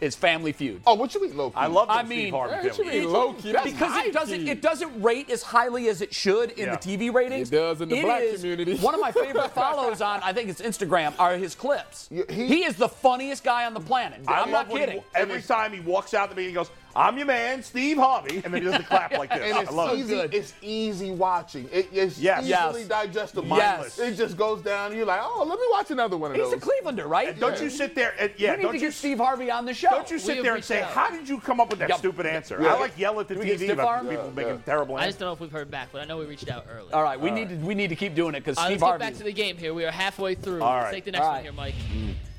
S3: is Family Feud.
S5: Oh, what you mean, low
S1: I love them
S3: I
S1: Steve
S3: mean,
S1: Harvey.
S4: that should
S1: family.
S4: be low key. That's
S3: because
S4: high
S3: it doesn't
S4: key.
S3: it doesn't rate as highly as it should in
S1: Yeah.
S3: the TV ratings.
S4: It does in the
S3: It
S4: black
S3: is-
S4: community.
S3: One of my favorite follows on I think it's Instagram are his clips.
S5: Yeah, he-
S3: he, is the funniest guy on the planet.
S1: I
S3: I'm
S1: love
S3: not
S1: when he-
S3: kidding.
S1: every time he walks out the meeting, he goes, "I'm your man, Steve Harvey," and then he does the clap like this.
S5: And it's
S1: I love
S5: easy.
S1: it.
S5: It's easy watching. It, it's
S1: Yes.
S5: easily
S3: Yes.
S5: digestible.
S3: Yes.
S5: It just goes down. You're like, oh, let me watch another one of
S3: He's a
S5: those.
S3: Clevelander, right?
S1: Don't you sit there and yeah,
S3: we need
S1: don't
S3: to
S1: you
S3: get Steve Harvey on the show.
S1: don't you sit
S7: have
S1: there and
S7: reached
S1: say,
S7: out.
S1: "How did you come up with that
S3: Yep.
S1: stupid answer?"
S5: Yeah.
S1: I like yell at the
S3: we get
S1: TV
S3: stiff
S1: about
S3: arm?
S1: people
S5: Yeah,
S1: making
S5: yeah.
S1: terrible
S7: I just
S1: answers.
S7: don't know if we've heard back, but I know we reached out early.
S3: All right, we need to we need to keep doing it because
S7: Uh,
S3: Steve
S7: let's get
S3: Harvey.
S7: back to the game here. We are halfway through.
S1: All
S7: let's
S1: right.
S7: take the next
S3: All
S7: one
S3: right.
S7: here, Mike.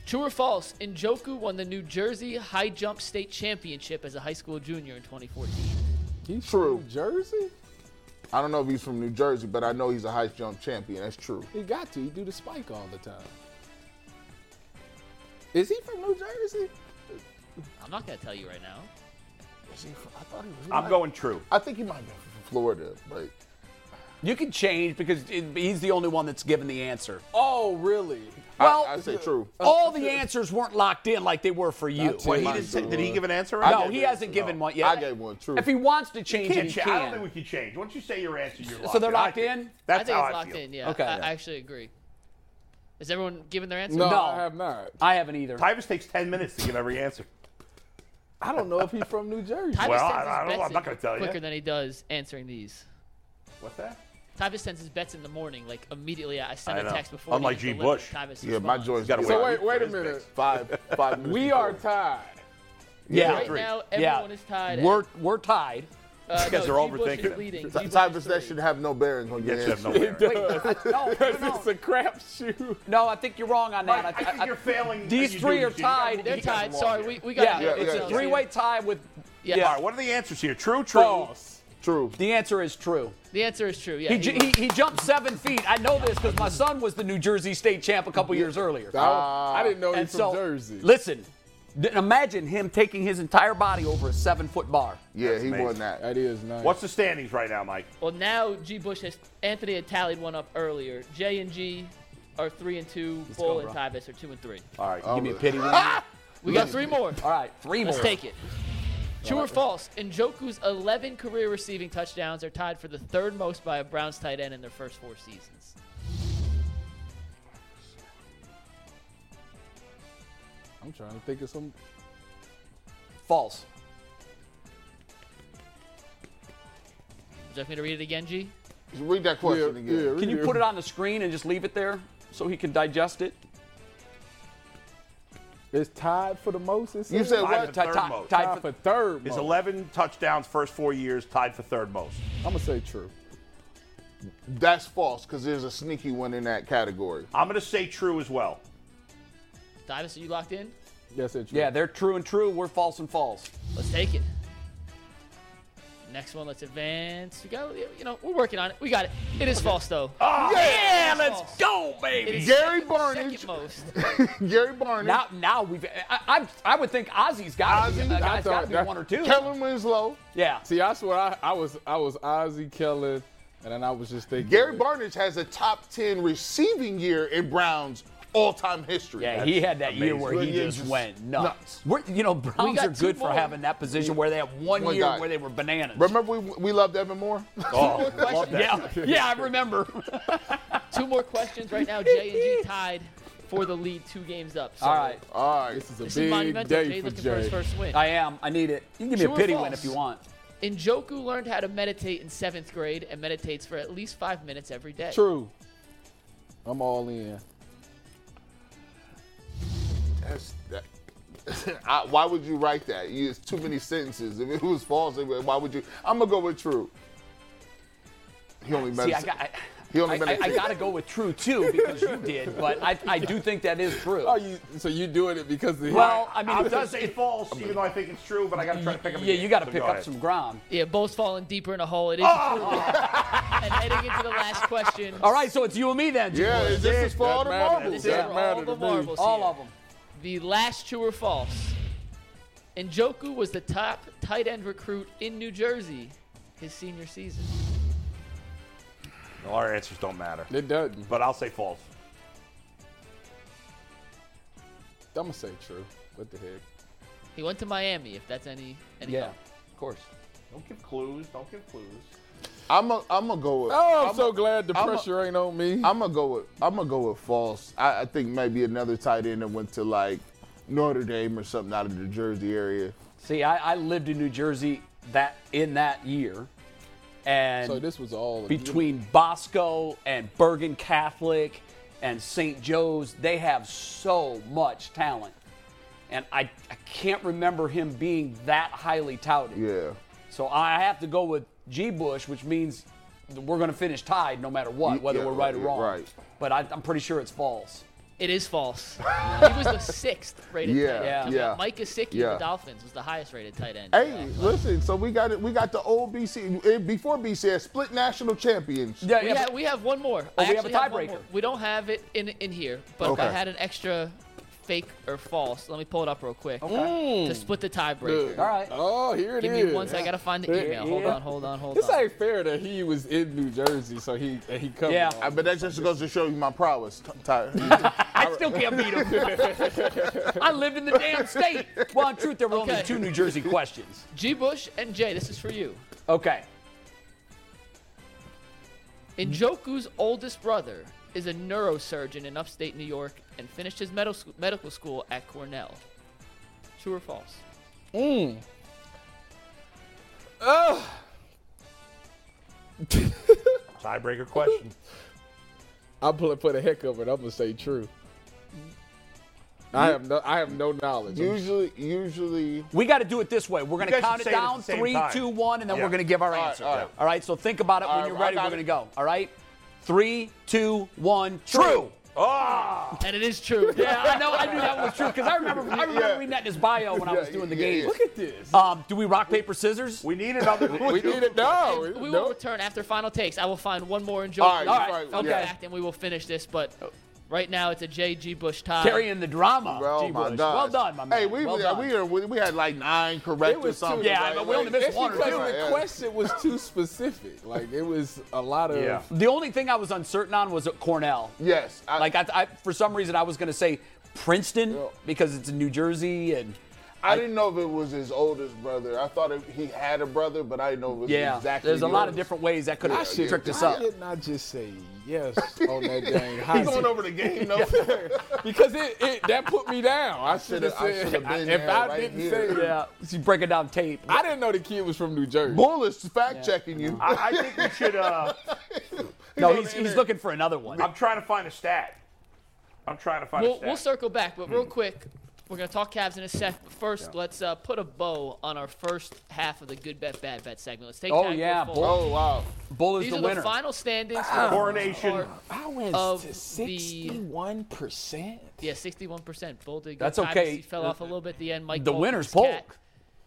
S7: True or false, Njoku won the New Jersey High Jump State Championship as a high school junior in 2014.
S4: He's
S5: True.
S4: from New Jersey?
S5: I don't know if he's from New Jersey, but I know he's a high jump champion. That's true.
S4: He got to. He do the spike all the time. Is he from New Jersey?
S7: I'm not going to tell you right now.
S5: Is he from- I thought he was.
S1: I'm going true.
S5: I think he might be from Florida, but
S3: You can change because it, he's the only one that's given the answer.
S4: Oh, really?
S3: Well, uh,
S5: I, I say true.
S3: all the answers weren't locked in like they were for you.
S4: tell you.
S1: He didn't say- did he give an answer?
S5: I
S3: No,
S5: gave
S3: he
S5: it-
S3: hasn't given one yet.
S5: I gave one true.
S3: If he wants to change
S1: Can't
S3: it, he
S1: cha- I don't think we
S3: can.
S1: can change. Once you say your answer, you're locked
S3: So they're
S1: I
S3: locked
S1: think.
S3: in?
S1: That's
S7: I think
S1: how
S7: it's
S1: I
S7: locked
S1: feel.
S7: in, yeah.
S3: Okay.
S7: I,
S3: Yeah.
S7: I actually agree. Is everyone giving their answer?
S4: No,
S3: No.
S4: I have not.
S3: I haven't either.
S1: Tyvus takes 10 minutes to give every answer.
S4: I don't know if he's from New Jersey.
S7: Tyvus
S1: Well,
S7: sends
S1: I- I don't know.
S7: his bets
S1: I'm not
S7: in
S1: gonna tell you.
S7: Quicker than he does answering these.
S1: What's that?
S7: Tyvus sends his bets in the morning, like immediately. I sent
S1: I
S7: a
S1: know.
S7: text before.
S1: Unlike
S7: he
S1: G.
S7: even delivered.
S1: Bush.
S7: Tyvus
S5: yeah, my
S7: responds.
S5: joints.
S1: Gotta
S5: get
S4: so
S1: wait.
S5: hot.
S4: wait, wait a
S1: His
S4: minute.
S5: Five, five minutes.
S4: We
S5: before.
S4: are tied.
S3: yeah.
S7: Right now,
S3: Yeah.
S7: everyone is tied. at-
S3: We're, we're tied.
S7: uh,
S1: guys
S7: no,
S1: are
S7: G. Bush is
S1: overthinking it.
S7: leading. G.
S5: Ty-
S7: Bush
S5: Tyvus,
S7: is
S5: that
S7: three.
S5: should have no bearing on your
S1: Yes, you have
S5: answer.
S1: no bearing.
S3: Wait, no, no, no.
S4: It's a crapshoot.
S3: No, I think you're wrong on that.
S1: Mike, I think you're failing.
S3: these
S1: you do
S3: three
S1: this.
S3: are
S1: You gotta
S3: tied.
S1: move
S7: They're
S1: these guys
S7: tied.
S1: along
S7: Sorry,
S1: here.
S7: we, we
S3: Yeah,
S7: got
S3: it's a
S5: yeah.
S3: three-way tie with
S7: Yeah.
S1: All right, what are the answers here? True, true.
S3: false.
S5: True.
S3: The answer is true.
S7: The answer is true. Yeah.
S3: He,
S7: he
S3: ju-
S7: was.
S3: he, he jumped seven feet. I know this because my son was the New Jersey state champ a couple years earlier.
S4: I, I didn't know
S3: And
S4: he's from
S3: so,
S4: Jersey.
S3: listen, d- imagine him taking his entire body over a seven-foot bar.
S5: Yeah, he
S1: amazing.
S5: won that.
S4: that is nice.
S1: What's the standings right now, Mike?
S7: Well, now G. Bush has Anthony had tallied one up earlier. J and G are three and two. Bull and Tyvis are two and three.
S3: All right, give me a pity. one.
S7: We got three more.
S3: All right, three
S7: Let's
S3: more.
S7: take it. True or false? Njoku's 11 career receiving touchdowns are tied for the third most by a Browns tight end in their first four seasons.
S4: I'm trying to think of some.
S3: False.
S7: Would you like me to read it again, G?
S5: Read that question
S4: Yeah,
S5: again.
S4: yeah,
S3: Can you
S4: yeah.
S3: put it on the screen and just leave it there so he can digest it?
S4: It's tied for the most. It
S5: You
S4: seems?
S5: said
S1: Tied
S5: what?
S1: for
S3: Ti-
S1: third
S3: ti-
S1: most.
S3: tied
S4: tied
S3: for-
S4: for third.
S1: Is
S4: most.
S1: 11 touchdowns first four years tied for third most.
S4: I'm gonna say true.
S5: That's false because there's a sneaky one in that category.
S1: I'm going to say true as well.
S7: Davis, are you locked in?
S4: Yeah, I said true.
S3: yeah, they're true and true. We're false and false.
S7: Let's take it. Next one, let's advance. We got, you know, we're working on it. We got it. It is false though.
S3: Ah! yeah,
S7: let's false.
S3: go, baby.
S7: It is
S5: Gary
S7: second,
S5: Barnage.
S7: second most.
S5: Gary Barney,
S3: Now, now we've. I, I, I would think Ozzy's got to be,
S5: Ozzy,
S3: uh,
S5: I
S3: has got to be
S4: thought-
S3: one or two.
S5: Kellen Winslow.
S3: Yeah.
S4: See, that's what I, I was. I was Ozzie Kellen, and then I was just thinking.
S5: Gary Barnage has a top 10 receiving year in Browns all time history.
S3: Yeah, he had that year where he
S5: amazing.
S3: just
S5: Just
S3: went nuts. We're, you know, Browns
S7: got
S3: are good
S7: two
S3: for
S7: more.
S3: having that position where they have one,
S5: One
S3: year
S5: guy.
S3: where they were bananas.
S5: Remember, we, we loved Evan Moore?
S1: Oh, love that.
S3: Yeah, yeah, I remember.
S7: Two more questions right now. J and G tied for the lead, two games up. So
S3: All right,
S5: All right.
S4: This is a
S7: This is
S4: big
S7: monumental.
S4: day
S7: Jay's
S4: for
S7: looking for his
S4: Jay.
S7: first win.
S3: I am. I need it. You can give me
S7: True
S3: a
S7: or
S3: pity win
S7: false?
S3: if you want.
S7: Njoku learned how to meditate in seventh grade and meditates for at least five minutes every day.
S4: True. I'm all in.
S5: That's, that, I, why would you write that? You, it's too many sentences. If it was false, it would- why would you? I'm going to go with true. He only
S3: See,
S5: meditated.
S3: I got. I,
S5: he only
S3: I,
S5: meditated.
S3: got to go with true too because you did, but I, I do think that is true.
S4: Oh, you. So you doing it because the.
S3: well, I mean,
S1: I'm
S3: it
S1: going to
S3: does.
S1: say
S3: It,
S1: false, even though I think it's true, but I got to try to pick up.
S3: yeah, you got to
S1: So
S3: pick
S1: go
S3: up
S1: ahead.
S3: some ground.
S7: Yeah, both falling deeper in a hole. It is
S4: Ah!
S7: true. and heading into the last question.
S3: All right, so it's you and me then. Jim.
S5: yeah, is this is for all the
S4: matter.
S5: marbles?
S7: This
S4: Doesn't
S7: is for all
S4: matter
S7: the
S4: to me.
S7: marbles.
S3: all
S7: here.
S3: of them.
S7: The last true or false. Njoku was the top tight end recruit in New Jersey his senior season.
S1: Our answers don't matter.
S4: It doesn't.
S1: But I'll say false.
S4: I'm gonna say true. What the heck?
S7: He went to Miami, if that's any. any
S3: Yeah,
S7: help.
S3: of course.
S1: Don't give clues. Don't give clues.
S5: I'm going I'm to go with.
S4: Oh, I'm, so glad the
S5: I'm a-
S4: pressure ain't on me.
S5: I'm gonna go with I'm gonna go with false. I, I think maybe another tight end that went to like Notre Dame or something out of the Jersey area.
S3: See, I, I lived in New Jersey that in that year, and
S4: so this was all
S3: between Bosco and Bergen Catholic and St. Joe's, they have so much talent. And I, I can't remember him being that highly touted.
S5: Yeah.
S3: So I have to go with G. Bush, which means that we're going to finish tied no matter what,
S5: Y-
S3: whether
S5: yeah,
S3: we're right or
S5: right,
S3: wrong.
S5: right.
S3: But I, I'm pretty sure it's false.
S7: It is false. he was the sixth rated
S5: Yeah,
S7: tight
S5: yeah.
S7: end.
S5: yeah.
S7: Mike Gesicki of
S5: Yeah.
S7: the Dolphins was the highest rated tight end.
S5: Hey, listen. So we got it. We got the old BC eh, before BCS split national champions.
S3: Yeah,
S7: We,
S3: yeah.
S7: have, we have one more.
S3: Oh,
S7: I
S3: we have a
S7: actually one
S3: tiebreaker.
S7: more. We don't have it in in here, but I
S5: Okay.
S7: had an extra fake or false. Let me pull it up real quick to split the tiebreaker.
S3: All right.
S4: Oh, here it is.
S7: Give me one second. I gotta find the email. Hold
S4: Yeah.
S7: on, hold on, hold
S4: This
S7: on.
S4: ain't fair that he was in New Jersey, so he he covered.
S3: Yeah.
S4: all
S5: I- But that just goes to show you my prowess, T- Ty.
S3: I still can't beat him. I lived in the damn state. Well, in truth, there were only
S7: Okay.
S3: two New Jersey questions.
S7: G. Bush and Jay, this is for you.
S3: Okay.
S7: Njoku's oldest brother is a neurosurgeon in upstate New York and finished his medical school, medical school at Cornell. True or false?
S1: Tiebreaker question.
S4: I'm put put a heck of it. I'm gonna say true. I have no I have no knowledge.
S5: usually, usually.
S3: We got to do it this way. We're going to
S1: guys
S3: count
S1: should say
S3: it
S1: it at
S3: down
S1: the same
S3: three,
S1: time.
S3: two, one, and then
S1: Yeah.
S3: we're going to give our
S5: All right,
S3: answer.
S5: all right.
S3: All right, so think about it when
S5: All
S3: you're
S5: right, I
S3: ready. We're
S5: got
S3: going to
S5: it.
S3: go. All right? Three, two, one, true.
S1: Ah,
S7: And it is true.
S3: Yeah, I know. I knew that was true because I remember, I remember reading that in his bio when I was doing the
S5: yeah,
S3: game.
S5: yeah.
S4: Look at this.
S3: Um, do we rock, paper, scissors?
S1: we need another.
S4: we need it now.
S7: we will
S4: No.
S7: return after final takes. I will find one more Njoku.
S5: All right, all right,
S7: Fun
S5: yeah.
S7: fact, and we will finish this. But right now, it's a J.G. Bush tie.
S3: Uh, Carrying the drama.
S5: Well,
S3: Gee,
S5: my
S3: Bush.
S5: God.
S3: Well done, my man.
S5: Hey, we
S3: well
S5: we-
S3: done.
S5: we, are- we we had like nine correct or something.
S3: Yeah,
S5: right?
S3: but we only
S5: Like,
S3: missed
S4: It's
S3: one or
S4: because
S3: two.
S4: The
S5: Yeah.
S4: question was too specific. Like it was a lot of.
S1: Yeah.
S3: the only thing I was uncertain on was Cornell.
S5: Yes. I,
S3: Like, I, I, for some reason, I was going to say Princeton because it's in New Jersey and.
S5: I didn't know if it was his oldest brother. I thought it, he had a brother, but I didn't know it was
S3: Yeah,
S5: exactly.
S3: there's a
S5: the
S3: lot of
S5: oldest.
S3: different ways that could
S5: I
S3: have
S5: should-
S3: tricked us
S4: Why
S3: up.
S4: didn't I just say yes on that dang
S5: He's
S4: hot
S5: going
S4: seat?
S5: over the game though.
S4: because it, it that put me down. I should have
S5: shoulda- I
S4: said
S5: shoulda been
S4: if
S5: there
S4: I
S5: right
S4: didn't
S5: here.
S4: say
S3: Yeah, she's breaking down tape.
S4: I didn't know the kid was from New Jersey.
S5: Bull is fact checking you.
S1: I, I think we should. Uh,
S3: No, he's, he's looking for another one.
S1: I'm trying to find a stat. I'm trying to find a
S7: We'll,
S1: stat.
S7: we'll circle back, but real quick, we're gonna talk Cavs in a sec. But first, let's uh, put a bow on our first half of the good bet, bad bet segment. Let's take.
S3: Oh,
S7: Tag
S3: yeah,
S7: Team
S3: boy.
S7: Four.
S5: oh wow.
S3: Bull is
S7: These
S3: the
S7: are
S3: winner. Ah.
S7: the final standings. for the
S1: Coronation.
S7: part-
S4: I went
S7: Of
S4: to
S7: the-
S4: sixty-one percent.
S7: Yeah, 61%. Bull did good.
S3: That's
S7: Times,
S3: okay.
S7: He fell off a little bit at the end. Mike
S3: The
S7: Polk,
S3: winner's
S7: his
S3: Polk.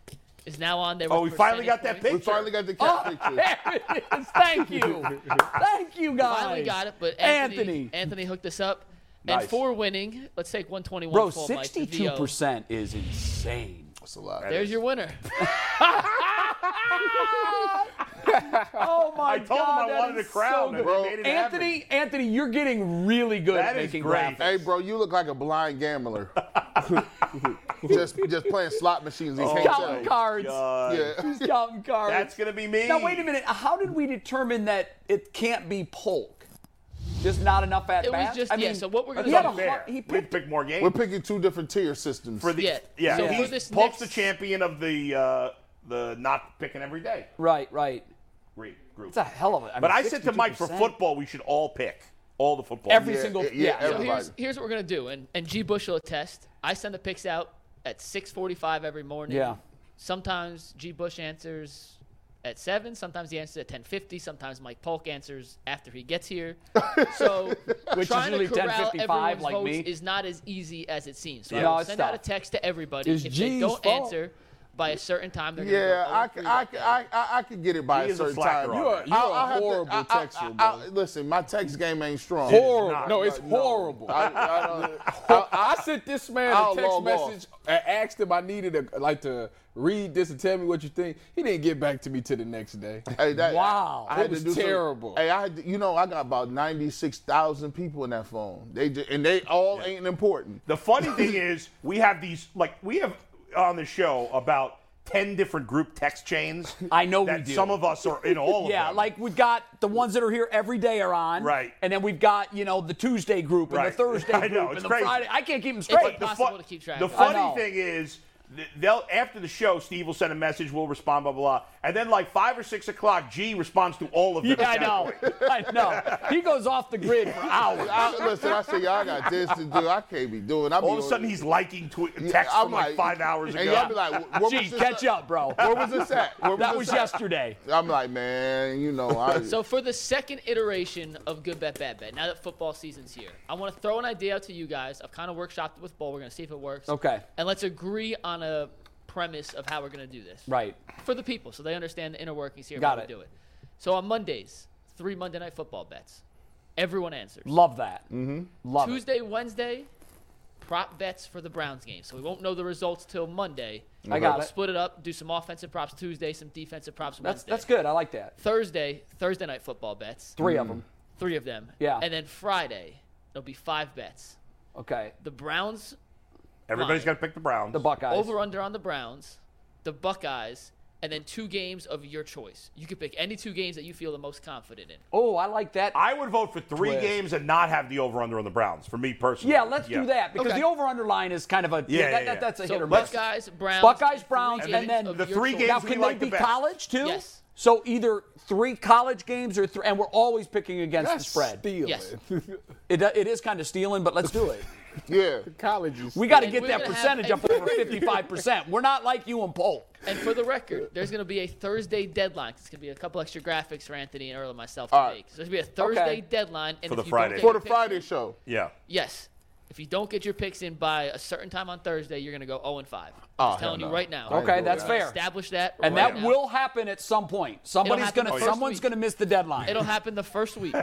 S7: cat, Is now on there.
S1: Oh, we
S7: with
S1: finally got that
S7: percentage
S1: picture.
S5: We finally got the cat picture.
S3: Oh, There it is. Thank you. Thank you, guys.
S7: Finally got it, but Anthony
S3: Anthony.
S7: Anthony hooked us up.
S1: Nice.
S7: And for winning, let's take 121.
S3: Bro,
S7: full, Mike, the VO.
S3: 62% is insane.
S5: That's a lot.
S7: There's your winner.
S3: Oh, my
S1: I told him
S3: God.
S1: I
S3: that
S1: wanted a
S3: is
S1: crown.
S3: so
S1: and they
S3: good.
S5: Bro,
S1: made it happen.
S3: Anthony, Anthony, you're getting really good
S1: That
S3: at
S1: is
S3: making
S1: great.
S3: graphics.
S5: Hey, bro, you look like a blind gambler. just just playing slot machines.
S3: Oh,
S5: He can't
S3: Counting
S5: tell.
S3: cards.
S1: Oh God.
S5: Yeah.
S3: He's counting cards.
S1: That's gonna be me.
S3: Now, wait a minute. How did we determine that it can't be Polk? Just not enough at
S7: It was
S3: bats?
S7: just-
S3: I
S7: yeah,
S3: mean,
S7: so what we're
S3: he
S7: gonna
S3: had
S1: That's
S7: do-
S3: a
S1: unfair.
S3: hu- he
S1: we
S3: picked
S1: pick more games.
S5: We're picking two different tier systems.
S1: for the
S7: Yeah.
S1: yeah.
S7: So
S1: he
S7: for this
S1: Polk's
S7: next-
S1: the champion of the uh, the not picking every day
S3: Right, right.
S1: group.
S3: It's a hell of it. I
S1: but
S3: mean,
S1: I said to Mike for
S3: 62%.
S1: football, we should all pick all the football.
S3: Every
S5: Yeah,
S3: single
S5: yeah,
S3: yeah.
S7: So
S5: everybody.
S7: here's, here's what we're gonna do, and, and G Bush will attest. I send the picks out at 6:45 every morning.
S3: Yeah.
S7: Sometimes G Bush answers at seven. Sometimes he answers at 10:50. Sometimes Mike Polk answers after he gets here. So
S3: Which is
S7: trying
S3: usually
S7: to corral
S3: 10:55
S7: everyone's
S3: like
S7: votes
S3: me.
S7: is not as easy as it seems. So
S3: No,
S7: I will
S3: it's
S7: send out a
S3: tough.
S7: text to everybody.
S4: It's
S7: if they
S4: G's
S7: don't
S4: fault.
S7: answer by a certain time, they're
S1: oh,
S5: Yeah, I,
S7: gonna go "Oh, 0-3
S5: I,
S7: that day.
S5: I, I, I could get it by
S1: He
S5: a
S1: is a
S5: certain
S1: slacker
S5: time.
S1: on
S4: You are-
S1: it.
S4: you
S5: I-
S4: are
S5: I
S4: a
S5: have to-
S4: horrible
S5: I- I-
S4: texter,
S5: I-
S4: bro.
S5: Listen, my text game ain't strong.
S4: Horrible.
S1: not-
S4: no, it's
S5: no.
S4: horrible.
S5: I, I don't-
S4: I, I sent this man
S5: I'll
S4: a text
S5: log off.
S4: message and asked him I needed a, like to read this and tell me what you think. He didn't get back to me till the next day.
S5: Hey, that,
S3: Wow.
S4: It was
S5: some-
S4: terrible.
S5: hey, I had to, you know I got about ninety six thousand people in that phone. They just, and they all ain't important.
S1: The funny thing is, we have these like we have on the show about ten different group text chains.
S3: I know we
S1: that
S3: do.
S1: Some of us are in all of
S3: Yeah,
S1: them.
S3: like we've got the ones that are here every day are on.
S1: Right.
S3: And then we've got, you know, the Tuesday group and
S1: Right.
S3: the Thursday
S1: I know,
S3: group
S1: it's
S3: and the
S1: crazy.
S3: Friday. I can't keep them straight.
S7: But the-
S1: fu-
S7: impossible to keep track
S1: the
S7: of.
S3: I know.
S1: funny thing is, Th- They'll after the show, Steve will send a message. We'll respond, blah blah blah, and then like five or six o'clock, G responds to all of them.
S3: Yeah, I know. I know. He goes off the grid for hours.
S5: I, listen, I say y'all got this to do. I can't be doing. I be
S1: All of a
S5: on-
S1: sudden, he's liking tw-
S5: Yeah,
S1: text
S5: I'm
S1: from like five hours
S5: And y'all
S1: ago.
S5: be like, where was
S3: Gee,
S5: this
S3: catch
S5: at?
S3: up, bro.
S5: Where was this at? Where
S3: That
S5: this
S3: was
S5: at?
S3: yesterday.
S5: I'm like, man, you know, I,
S7: So for the second iteration of Good Bet Bad Bet, now that football season's here, I want to throw an idea out to you guys. I've kind of workshopped it with Bull. We're gonna see if it works.
S3: Okay.
S7: And let's agree on a premise of how we're gonna do this.
S3: Right.
S7: For the people, so they understand the inner workings here. of
S3: Got
S7: how
S3: it.
S7: We do it. So on Mondays, three Monday night football bets. Everyone answers.
S3: Love that. Mm-hmm. Love it.
S7: Tuesday, Wednesday, prop bets for the Browns game. So we won't know the results till Monday.
S3: I got
S7: We'll
S3: it.
S7: split it up, do some offensive props Tuesday, some defensive props
S3: That's
S7: Wednesday.
S3: that's good. I like that.
S7: Thursday, Thursday night football bets.
S3: Three
S1: Mm.
S3: of them.
S7: Three of them.
S3: Yeah.
S7: And then Friday, there'll be five bets.
S3: Okay.
S7: The Browns
S1: Everybody's got to pick the Browns.
S3: The Buckeyes.
S7: over under on the Browns, the Buckeyes, and then two games of your choice. You can pick any two games that you feel the most confident in.
S3: Oh, I like that.
S1: I would vote for three
S3: Twist.
S1: games and not have the over under on the Browns. For me personally,
S3: yeah, let's do that because
S7: Okay.
S3: the over under line is kind of a
S1: Yeah,
S3: yeah,
S1: yeah, yeah.
S3: that, That, that's a
S7: So
S3: hit or miss.
S7: Buckeyes, Browns,
S3: Buckeyes,
S7: three
S3: Browns,
S7: games
S3: and then
S7: of
S1: the
S7: your
S1: three
S7: choice.
S1: games
S3: now
S1: we
S3: can
S1: like the
S3: they be
S1: best.
S3: college too?
S7: Yes.
S3: So either three college games or three, and we're always picking against
S4: That's
S3: the spread.
S4: stealing.
S7: Yes.
S3: It, it is kind of stealing, but let's do it.
S5: yeah.
S4: College is
S3: We got to
S7: And
S3: get
S7: we're
S3: that
S7: gonna have
S3: percentage
S7: a-
S3: up over 55%. We're not like you and Polk.
S7: And for the record, there's going to be a Thursday deadline. 'cause It's going to be a couple extra graphics for Anthony and Earl and myself to make. So there's going to be a Thursday
S3: Okay.
S7: deadline. And
S1: For the
S7: if you don't
S1: Friday.
S7: get
S5: For
S7: your
S5: the
S7: picks-
S5: Friday show,
S1: Yeah.
S7: Yes. If you don't get your picks in by a certain time on Thursday, you're going to go 0 and 5.
S5: Oh,
S7: I'm telling
S5: hell
S7: you
S5: no.
S7: right now.
S5: I ain't
S3: Okay,
S5: doing
S3: that's
S5: that.
S3: fair.
S7: Establish that.
S3: And
S7: right
S3: that
S7: now.
S3: will happen at some point. Somebody's going
S7: happen the
S3: to
S7: first
S3: someone's
S7: week.
S3: going to miss the deadline.
S7: It'll happen the first week.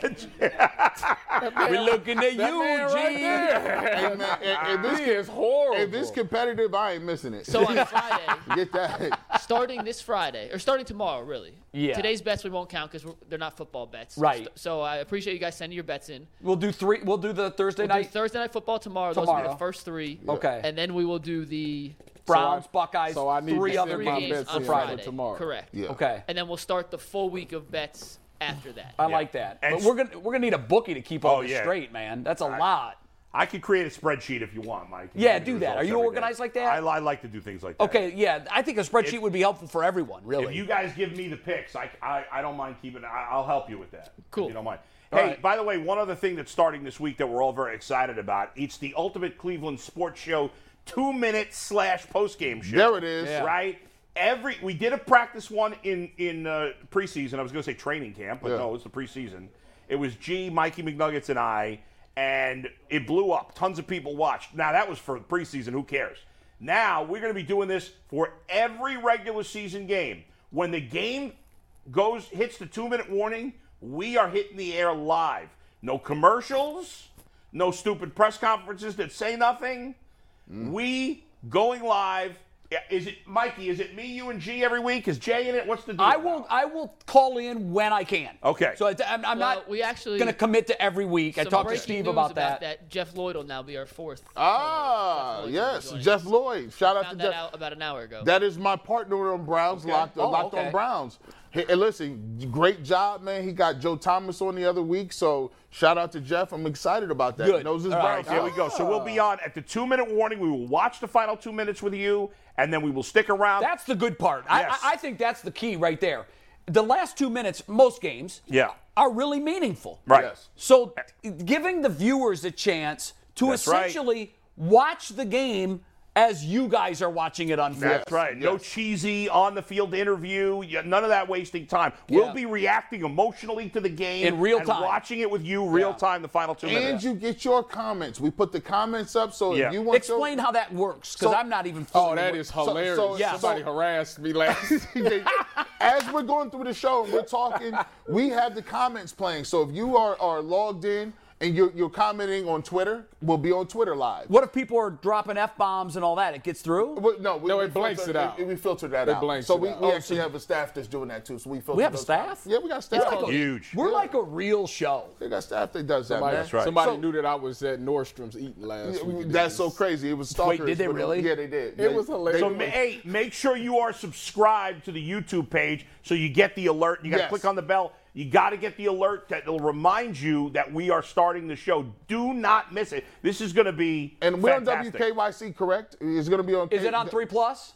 S3: We're looking at
S4: That
S3: you,
S4: man right
S3: Gene.
S4: there.
S5: Hey, man, if, if this
S4: He is horrible.
S5: If it's competitive, I ain't missing it.
S7: So on Friday,
S5: get that.
S7: starting this Friday, or starting tomorrow, really.
S3: Yeah.
S7: Today's bets we won't count because they're not football bets.
S3: Right.
S7: St- So I appreciate you guys sending your bets in.
S3: We'll do three. We'll do the Thursday
S7: We'll do
S3: night.
S7: Thursday night football tomorrow. Those will be
S3: Tomorrow.
S7: the first three.
S3: Okay.
S7: And then we will do the
S3: Browns,
S4: So I-
S3: Buckeyes,
S4: so I need
S3: three
S4: to
S3: other
S7: three
S4: send my
S3: games
S7: games
S4: bets
S7: on
S4: in
S3: on
S4: for
S7: Friday.
S3: Friday.
S4: tomorrow.
S7: Correct.
S5: Yeah.
S3: Okay.
S7: And then we'll start the full week of bets after that.
S3: I like that.
S1: And
S3: but we're gonna we're gonna need a bookie to keep all
S1: Oh,
S3: this
S1: yeah.
S3: straight, man. That's a lot.
S1: I could create a spreadsheet if you want, Mike.
S3: Yeah,
S1: You can
S3: do that.
S1: results
S3: Are you
S1: every day.
S3: organized like that?
S1: I, I like to do things like that.
S3: Okay, yeah. I think a spreadsheet
S1: If-
S3: would be helpful for everyone,
S1: If
S3: really.
S1: you guys give me the picks, I, I, I don't mind keeping. I, I'll help you with that.
S7: Cool.
S1: If you don't mind.
S3: All
S1: hey,
S3: right.
S1: by the way, one other thing that's starting this week that we're all very excited about. It's the Ultimate Cleveland Sports Show two minute slash post game show.
S5: There it is. Yeah.
S1: Right. Every we did a practice one in in uh, preseason. I was going to say training camp, but
S5: Yeah.
S1: no, it's the preseason. It was G, Mikey McNuggets, and I, and it blew up. Tons of people watched. Now that was for preseason. Who cares? Now we're going to be doing this for every regular season game. When the game goes hits the two minute warning, we are hitting the air live. No commercials, no stupid press conferences that say nothing. Mm. We going live. Is it Mikey? Is it me, you, and G every week? Is Jay in it? What's the deal?
S3: I will I will call in when I can.
S1: Okay.
S3: So I- I'm, I'm
S7: Well,
S3: not
S7: we actually-
S3: gonna commit to every week. I
S7: Some
S3: talked to
S7: breaking
S3: Steve
S7: news
S3: about, that.
S7: Jeff Lloyd will now be our fourth.
S5: Ah,
S7: Lloyd's gonna
S5: yes,
S7: join us.
S5: Jeff Lloyd. Shout out to
S7: Found that
S5: Jeff.
S7: out about an hour ago.
S5: That is my partner on Browns, locked,
S3: Oh,
S5: locked
S3: okay.
S5: on Browns. Hey, and listen, great job, man. He got Joe Thomas on the other week, so shout out to Jeff. I'm excited about that.
S3: Good.
S5: He knows his
S3: All
S5: Browns.
S3: right,
S1: There we go. So we'll be on at the two minute warning. We will watch the final two minutes with you, and then we will stick around.
S3: That's the good part.
S1: Yes.
S3: I, I, I think that's the key right there. The last two minutes, most games,
S1: Yeah.
S3: are really meaningful.
S1: right.
S5: Yes.
S3: So giving the viewers a chance to
S1: That's right.
S3: essentially watch the game as you guys are watching it unfold.
S1: That's right. No
S5: yes.
S1: cheesy on the field interview. Yeah, None of that wasting time. We'll
S3: Yeah.
S1: be reacting emotionally to the game
S3: In real
S1: and
S3: time.
S1: watching it with you real
S3: Yeah.
S1: time. The final two
S5: And
S1: minutes.
S5: you get your comments. We put the comments up, so
S1: Yeah.
S5: if you want
S3: Explain
S5: to,
S3: how that works, because
S5: So-
S3: I'm not even.
S4: Oh,
S3: fully-
S4: that is
S5: so-
S4: hilarious.
S5: yeah.
S4: Somebody
S5: so-
S4: harassed me last.
S5: as we're going through the show and we're talking, we have the comments playing. So if you are, are logged in and you're, you're commenting on Twitter, we'll be on Twitter live.
S3: What if people are dropping f bombs and all that? It gets through.
S5: Well, no, we,
S4: No,
S5: we
S4: it blanks
S5: filter-
S4: it out.
S5: We, we filter that
S4: It
S5: out.
S4: blanks
S5: so
S4: it
S5: we,
S4: out.
S5: we
S4: Oh,
S5: actually have a staff that's doing that too. So we filter.
S3: have a
S5: those
S3: staff?
S5: out. Yeah, we got staff.
S3: like a-
S1: Huge.
S3: We're like a real show.
S5: They got staff that does that.
S4: Somebody,
S5: man.
S4: somebody
S5: So-
S4: knew that I was at Nordstrom's eating last week.
S5: That's so crazy. It was stalkers.
S3: Wait, did they
S5: but-
S3: really?
S5: Yeah, they did.
S4: It was hilarious.
S1: So
S4: They-
S1: ma- hey, make sure you are subscribed to the YouTube page so you get the alert. You got to
S5: Yes.
S1: click on the bell. You got to get the alert that will remind you that we are starting the show. Do not miss it. This is going to be
S5: And we're
S1: fantastic.
S5: on WKYC, correct? It's going to be on.
S3: Is it on three plus?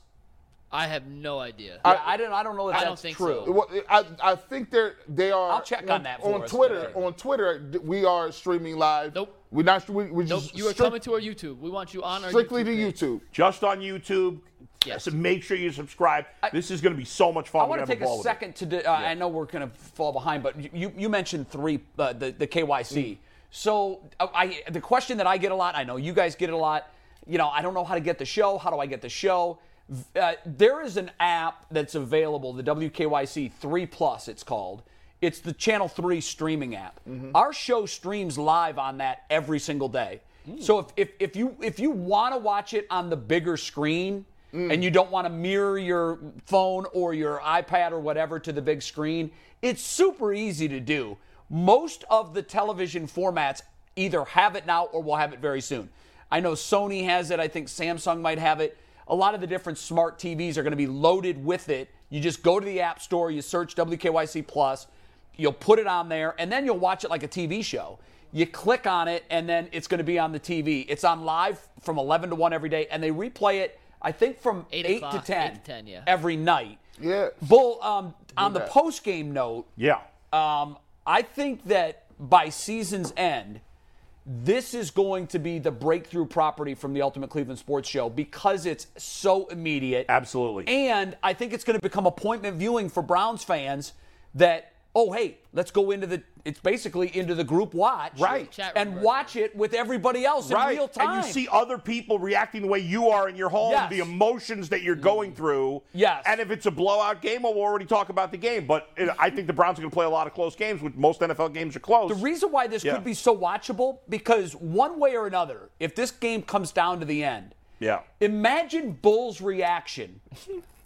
S7: I have no idea.
S3: I, yeah, I don't. I don't know if
S7: I
S3: that's
S7: don't think
S3: true.
S7: so.
S5: Well, I, I think they're they are.
S3: I'll check on that for
S5: on
S3: us.
S5: Twitter.
S3: Okay.
S5: On Twitter, d- we are streaming live.
S7: Nope.
S5: We're not. We, we
S7: nope,
S5: just
S7: you are
S5: strict-
S7: coming to our YouTube. We want you on our
S5: strictly
S7: YouTube page.
S5: to YouTube.
S1: Just on YouTube.
S7: Yes.
S1: So make sure you subscribe. this is going to be so much fun.
S3: I
S1: We're
S3: want to
S1: gonna have
S3: take a
S1: ball with it.
S3: second to. di- uh, I know we're going to fall behind, but you- you you mentioned three uh, the the KYC.
S1: Mm.
S3: So uh, I the question that I get a lot. I know you guys get it a lot. You know, I don't know how to get the show. How do I get the show? V- Uh, there is an app that's available, the WKYC Three Plus. It's called. It's the Channel Three streaming app.
S1: Mm-hmm.
S3: Our show streams live on that every single day.
S1: Mm.
S3: So if, if, if you if you want to watch it on the bigger screen, and you don't want to mirror your phone or your iPad or whatever to the big screen, it's super easy to do. Most of the television formats either have it now or will have it very soon. I know Sony has it, I think Samsung might have it. A lot of the different smart TVs are going to be loaded with it. You just go to the App Store, you search WKYC Plus, you'll put it on there, and then you'll watch it like a TV show. You click on it, and then it's going to be on the TV. It's on live from 11 to 1 every day, and they replay it, I think, from
S7: Eight
S3: 8, to,
S7: o'clock,
S3: 10
S7: eight to 10, yeah.
S3: every night.
S5: Yeah.
S3: Bull, um, on the
S5: that.
S3: post game note,
S1: Yeah.
S3: um, I think that by season's end, this is going to be the breakthrough property from the Ultimate Cleveland Sports Show because it's so immediate.
S1: Absolutely.
S3: And I think it's going to become appointment viewing for Browns fans that, oh, hey, let's go into the, it's basically into the group watch.
S1: Right.
S7: Chat room
S3: And
S7: version.
S3: watch it with everybody else in real time.
S1: And you see other people reacting the way you are in your home,
S3: Yes. Mm.
S1: the emotions that you're going through.
S3: Yes.
S1: And if it's a blowout game, well, we'll already talk about the game. But it, I think the Browns are going to play a lot of close games, which most NFL games are close.
S3: The reason why this
S1: Yeah.
S3: could be so watchable because one way or another, if this game comes down to the end,
S1: yeah.
S3: imagine Bull's reaction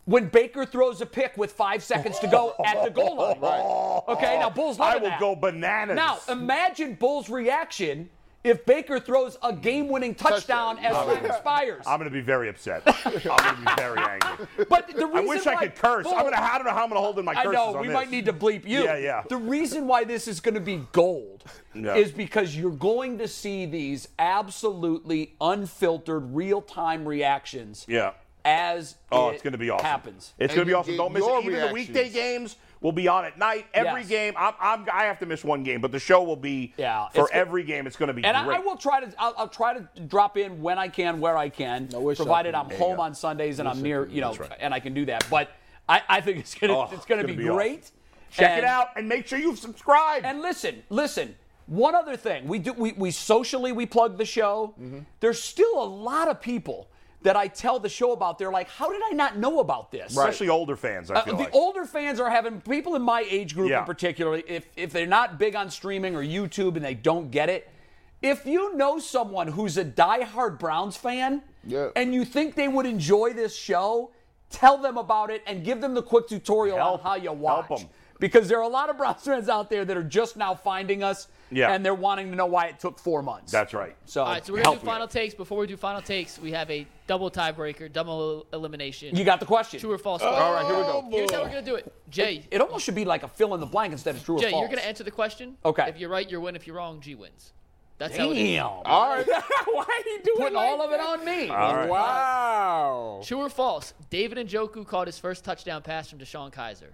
S3: when Baker throws a pick with five seconds to go at the goal line. Okay, now Bull's
S1: I
S3: loving
S1: will
S3: that.
S1: go bananas.
S3: Now imagine Bull's reaction if Baker throws a game-winning touchdown, as time expires.
S1: I'm going to be very upset. I'm going to be very angry.
S3: but the reason
S1: I wish I
S3: why
S1: could curse.
S3: Bull-
S1: I'm going to. I don't know how I'm going to hold in my
S3: I
S1: curses
S3: know
S1: on
S3: we
S1: this.
S3: might need to bleep you.
S1: Yeah, yeah.
S3: The reason why this is going to be gold
S1: Yeah.
S3: is because you're going to see these absolutely unfiltered, real-time reactions.
S1: Yeah.
S3: As
S1: Oh,
S3: it
S1: it's going to be awesome.
S3: Happens.
S1: It's going
S5: And
S1: to be
S5: you
S1: awesome.
S5: get
S1: Don't miss it.
S5: your
S1: Even the weekday
S5: reactions.
S1: games will be on at night. Every
S3: Yes.
S1: game. I'm, I'm, I have to miss one game, but the show will be
S3: Yeah, it's
S1: for
S3: go-
S1: every game. It's going to be
S3: And I,
S1: great.
S3: I will try to. I'll, I'll try to drop in when I can, where I can,
S4: wish I
S3: provided
S4: could.
S3: I'm home on Sundays and I'm near, you know, and I can do that. But I, I think it's gonna
S1: Oh,
S3: it's gonna, be,
S1: awesome.
S3: great.
S1: Check it
S3: And-
S1: out and make sure you've subscribed.
S3: And listen, listen. One other thing, we do we, we socially we plug the show. There's still a lot of people that I tell the show about. They're like, how did I not know about this?
S1: Especially older fans, I
S3: Uh,
S1: feel
S3: the
S1: like.
S3: older fans are having people in my age group
S1: Yeah.
S3: in particular. If if they're not big on streaming or YouTube and they don't get it, if you know someone who's a diehard Browns fan
S5: Yeah.
S3: and you think they would enjoy this show, tell them about it and give them the quick tutorial
S1: Help.
S3: on how you watch.
S1: Help 'em.
S3: Because there are a lot of Browns fans out there that are just now finding us
S1: Yeah.
S3: and they're wanting to know why it took four months.
S1: That's right.
S3: so,
S7: All right, so we're gonna
S3: help
S7: do
S3: me.
S7: final takes. Before we do final takes, we have a double tiebreaker, double elimination.
S3: You got the question.
S7: true or false.
S5: Oh, All right, here we go.
S7: Here's how we're gonna do it, Jay.
S3: It almost should be like a fill in the blank instead of true or
S7: Jay,
S3: false.
S7: you're gonna answer the question.
S3: Okay.
S7: If you're right, you win. If you're wrong, G wins. That's how it is.
S3: Damn.
S5: All right.
S3: Why are you doing Putting all of it on me?
S4: Wow.
S7: True or false? David Njoku caught his first touchdown pass from Deshaun Kaiser.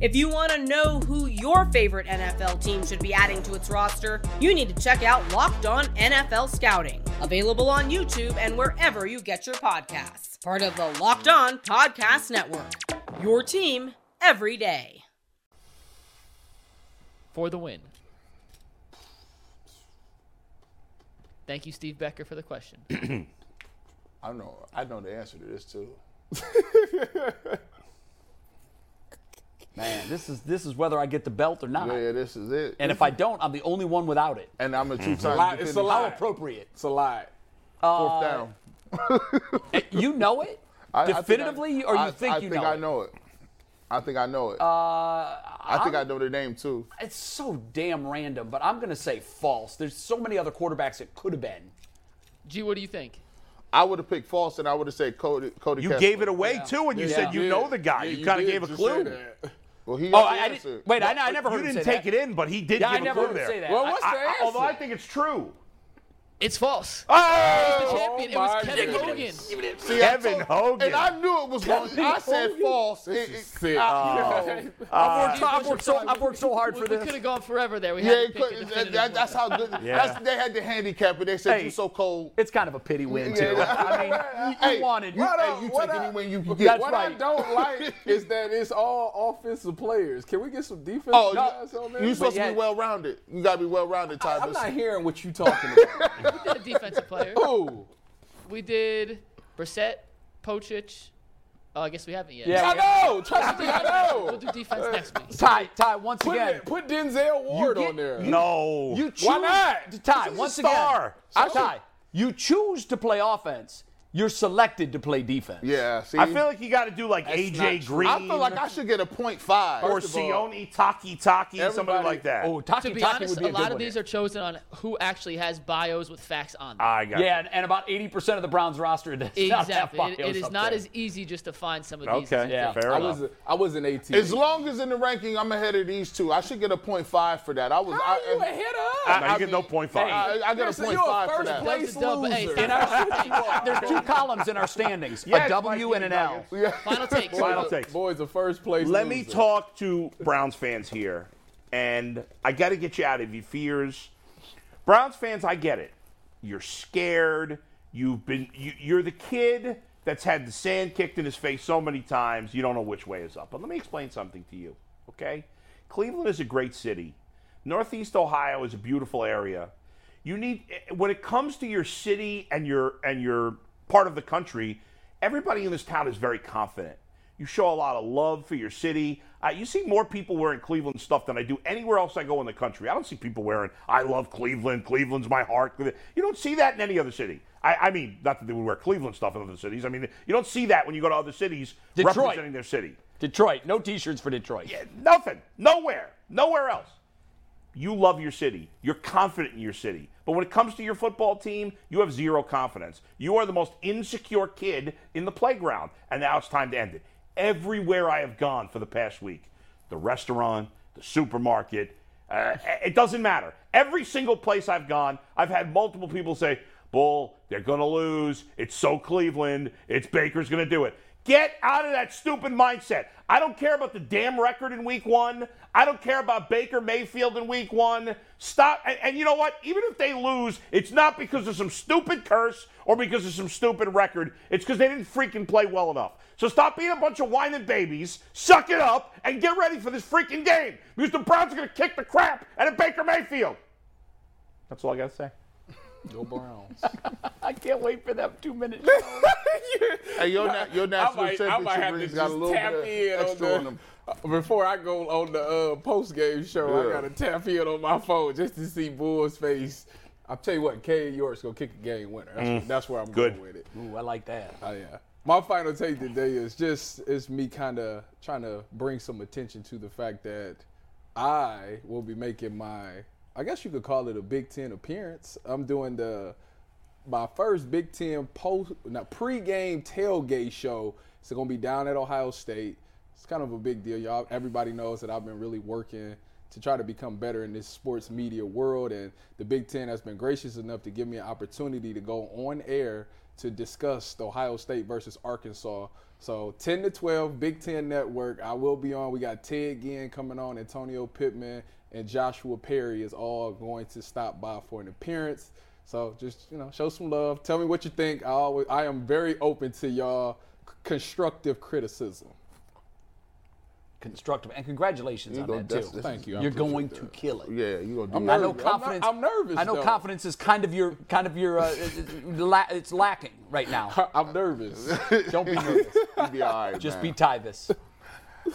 S8: If you want to know who your favorite NFL team should be adding to its roster, you need to check out Locked On NFL Scouting, available on YouTube and wherever you get your podcasts. Part of the Locked On Podcast Network. Your team every day.
S7: for the win. Thank you, Steve Becker, for the question.
S5: I know. I know the answer to this too.
S3: Man, this is this is whether I get the belt or not.
S5: Yeah, yeah, this is it.
S3: And if I don't, I'm the only one without it.
S5: and I'm a two-time.
S4: It's a lot. It's a
S5: defending-
S4: lot.
S3: Appropriate.
S4: It's a lot.
S5: Fourth down.
S3: You know it?
S5: I- I think I-
S3: Definitively, or you
S5: I-
S3: think
S5: I
S3: you
S5: think
S3: know
S5: I
S3: it?
S5: know it. I think I know it. I think I know the name too.
S3: It's so damn random, but I'm going to say false. There's so many other quarterbacks it could have been.
S7: G, what do you think?
S5: I would have picked false, and I would have said Cody. Cody.
S1: You
S5: Kessler.
S1: gave it away too when you
S5: Yeah.
S1: said you
S5: Yeah.
S1: know the guy.
S5: Yeah,
S1: you kind of
S5: did
S1: gave a
S5: just say
S1: clue.
S5: that. Well, he.
S3: Oh,
S5: already
S3: I, I
S5: answered.
S3: didn't. Wait, I, I never heard
S1: you
S3: him
S1: didn't
S3: say
S1: take
S3: that.
S1: it in, but he did give
S3: Yeah, I
S1: a
S3: never
S1: clue
S3: heard him
S1: there.
S3: say that.
S4: Well,
S3: I-
S4: what's
S3: I-
S4: the answer?
S1: Although I think it's true.
S7: It's false.
S1: Oh,
S7: the champion. it
S4: my
S7: was Kevin Hogan.
S4: goodness.
S5: See, I
S1: Kevin
S5: told-
S1: Hogan.
S5: And I knew it was wrong. I said false. It-
S4: is
S5: it-
S4: sick.
S5: I-
S3: Oh. I've, worked, I've worked so, I've worked so hard
S7: We,
S3: for
S7: we could
S3: this.
S7: have gone forever there. We
S5: yeah,
S7: had
S5: it
S7: to pick a
S5: could,
S7: definitive
S5: that, that, that's
S7: one.
S5: how good. That's, they had the handicap, and they said
S3: Hey.
S5: you're so cold.
S3: It's kind of a pity win, too.
S5: Yeah.
S3: I mean, you, you
S5: Hey,
S3: wanted.
S5: You,
S4: what
S5: hey,
S4: up-
S5: you
S4: what
S5: take any
S4: up?
S5: win you can
S3: That's
S5: get.
S4: What I
S3: right.
S4: don't like is that it's all offensive players. Can we get some defense
S5: Oh,
S4: guys
S5: you,
S4: on there?
S5: you're supposed to
S3: yeah.
S5: be well rounded. You gotta be well rounded, Ty.
S4: I'm
S5: Listen.
S4: not hearing what you talking about.
S7: We did a defensive player.
S4: Ooh.
S7: We did Brissett, Pocic. Oh, I guess we haven't yet.
S3: Yeah,
S4: I
S3: we-
S4: know. Trust me, I
S7: We'll
S4: know.
S7: do defense next week.
S3: Ty, Ty, once
S4: Put,
S3: again.
S4: put Denzel Ward on there.
S1: no.
S3: You choose,
S4: Why not?
S3: Ty,
S1: He's a
S3: once
S1: star.
S3: again. Ty, you choose to play offense. You're selected to play defense.
S5: Yeah, see.
S1: I feel like you got to do like AJ Green
S5: I feel like I should get a point five.
S1: or
S4: First of all,
S1: Sione Taki Taki, somebody
S4: everybody-
S1: like that.
S3: Oh, Taki
S7: To be
S3: Taki
S7: honest,
S3: would be
S7: a
S3: a, good
S7: lot of
S3: one
S7: these
S3: here.
S7: are chosen on who actually has bios with facts on
S3: Ah,
S7: them.
S1: I got
S3: Yeah, and, and about 80% of the Browns roster does not have
S7: Exactly. It-
S3: bios
S7: it is
S3: up
S7: not
S3: there.
S7: as easy just to find some of
S1: you.
S7: these. as
S1: Okay,
S7: you
S3: Yeah.
S7: think.
S1: fair
S4: I
S1: enough.
S4: was I was an AT.
S5: As long as in the ranking I'm ahead of these two, I should get a point five for that. I was.
S4: How
S5: I,
S4: you ahead of
S1: I,
S4: us?
S1: I, get no point five.
S5: I, I got a
S4: Listen,
S5: point
S4: you're a
S5: five for
S4: first
S5: that.
S7: That was
S4: place
S7: a dub. Hey,
S4: loser.
S7: final take.
S3: There's two columns in our standings a
S1: Yes,
S3: W and an L.
S7: Final take.
S1: Final takes.
S4: Boys, a first place.
S1: Let me
S4: loser.
S1: talk to Browns fans here, and I got to get you out of your fears. Browns fans, I get it. You're scared. You've been. You, you're the kid that's had the sand kicked in his face so many times. You don't know which way is up. But let me explain something to you, okay? Cleveland is a great city. Northeast Ohio is a beautiful area. You need eh, when it comes to your city and your and your part of the country, everybody in this town is very confident. You show a lot of love for your city. Uh, you see more people wearing Cleveland stuff than I do anywhere else I go in the country. I don't see people wearing "I love Cleveland," "Cleveland's my heart." You don't see that in any other city. I, I mean, not that they would wear Cleveland stuff in other cities. I mean, you don't see that when you go to other cities
S3: Detroit.
S1: representing their city.
S3: Detroit. No t shirts for Detroit.
S1: Nothing. Nowhere. Nowhere else. You love your city. You're confident in your city. But when it comes to your football team, you have zero confidence. You are the most insecure kid in the playground. And now it's time to end it. Everywhere I have gone for the past week the restaurant, the supermarket, uh, it doesn't matter. Every single place I've gone, I've had multiple people say, Bull, they're going to lose. It's so Cleveland. It's Baker's going to do it. Get out of that stupid mindset. I don't care about the damn record in week one. I don't care about Baker Mayfield in week one. Stop. And, and you know what? Even if they lose, it's not because of some stupid curse or because of some stupid record. It's because they didn't freaking play well enough. So stop being a bunch of whining babies, suck it up, and get ready for this freaking game because the Browns are going to kick the crap out of Baker Mayfield. That's all I got to say.
S4: Go Browns.
S3: I can't wait for that two minutes.
S5: Hey, your, na- your
S4: I
S5: national
S4: might, I might
S5: championship
S4: have to
S5: rings
S4: just
S5: got a little
S4: tap
S5: bit
S4: in
S5: of
S4: on
S5: extra
S4: the, Uh,
S5: on them.
S4: before I go on the uh, post game show.
S5: Yeah.
S4: I gotta tap in on my phone just to see Bull's face. I'll tell you what, K York's gonna kick a game winner.
S5: Mm.
S4: That's, that's where I'm
S1: Good.
S4: going with it.
S3: Ooh, I like that. Uh,
S4: Oh yeah. My final take today is just it's me kind of trying to bring some attention to the fact that I will be making my I guess you could call it a Big Ten appearance. I'm doing the my first Big Ten post not pregame tailgate show. It's gonna be down at Ohio State. It's kind of a big deal, y'all. Everybody knows that I've been really working to try to become better in this sports media world, and the Big Ten has been gracious enough to give me an opportunity to go on air to discuss the Ohio State versus Arkansas. So 10 to 12, Big Ten Network. I will be on. We got Ted Ginn coming on, Antonio Pittman, and Joshua Perry is all going to stop by for an appearance. So just you know, show some love. Tell me what you think. I always, I am very open to y'all c- constructive criticism.
S3: Constructive. And congratulations on
S5: gonna-
S3: that,
S5: that's-
S3: too.
S5: this Thank is- you. I
S3: You're
S5: appreciate
S3: going
S5: that.
S3: to kill it.
S5: Yeah, you gonna do
S4: I'm
S5: that.
S3: I know
S4: Nervous. I'm not-
S3: confidence.
S4: I'm nervous,
S3: I know
S4: though.
S3: confidence is kind of your kind of your uh, la- it's lacking right now.
S4: I'm nervous.
S3: Don't be nervous.
S5: You'll be all right,
S3: Just
S5: man.
S3: be Tyvis.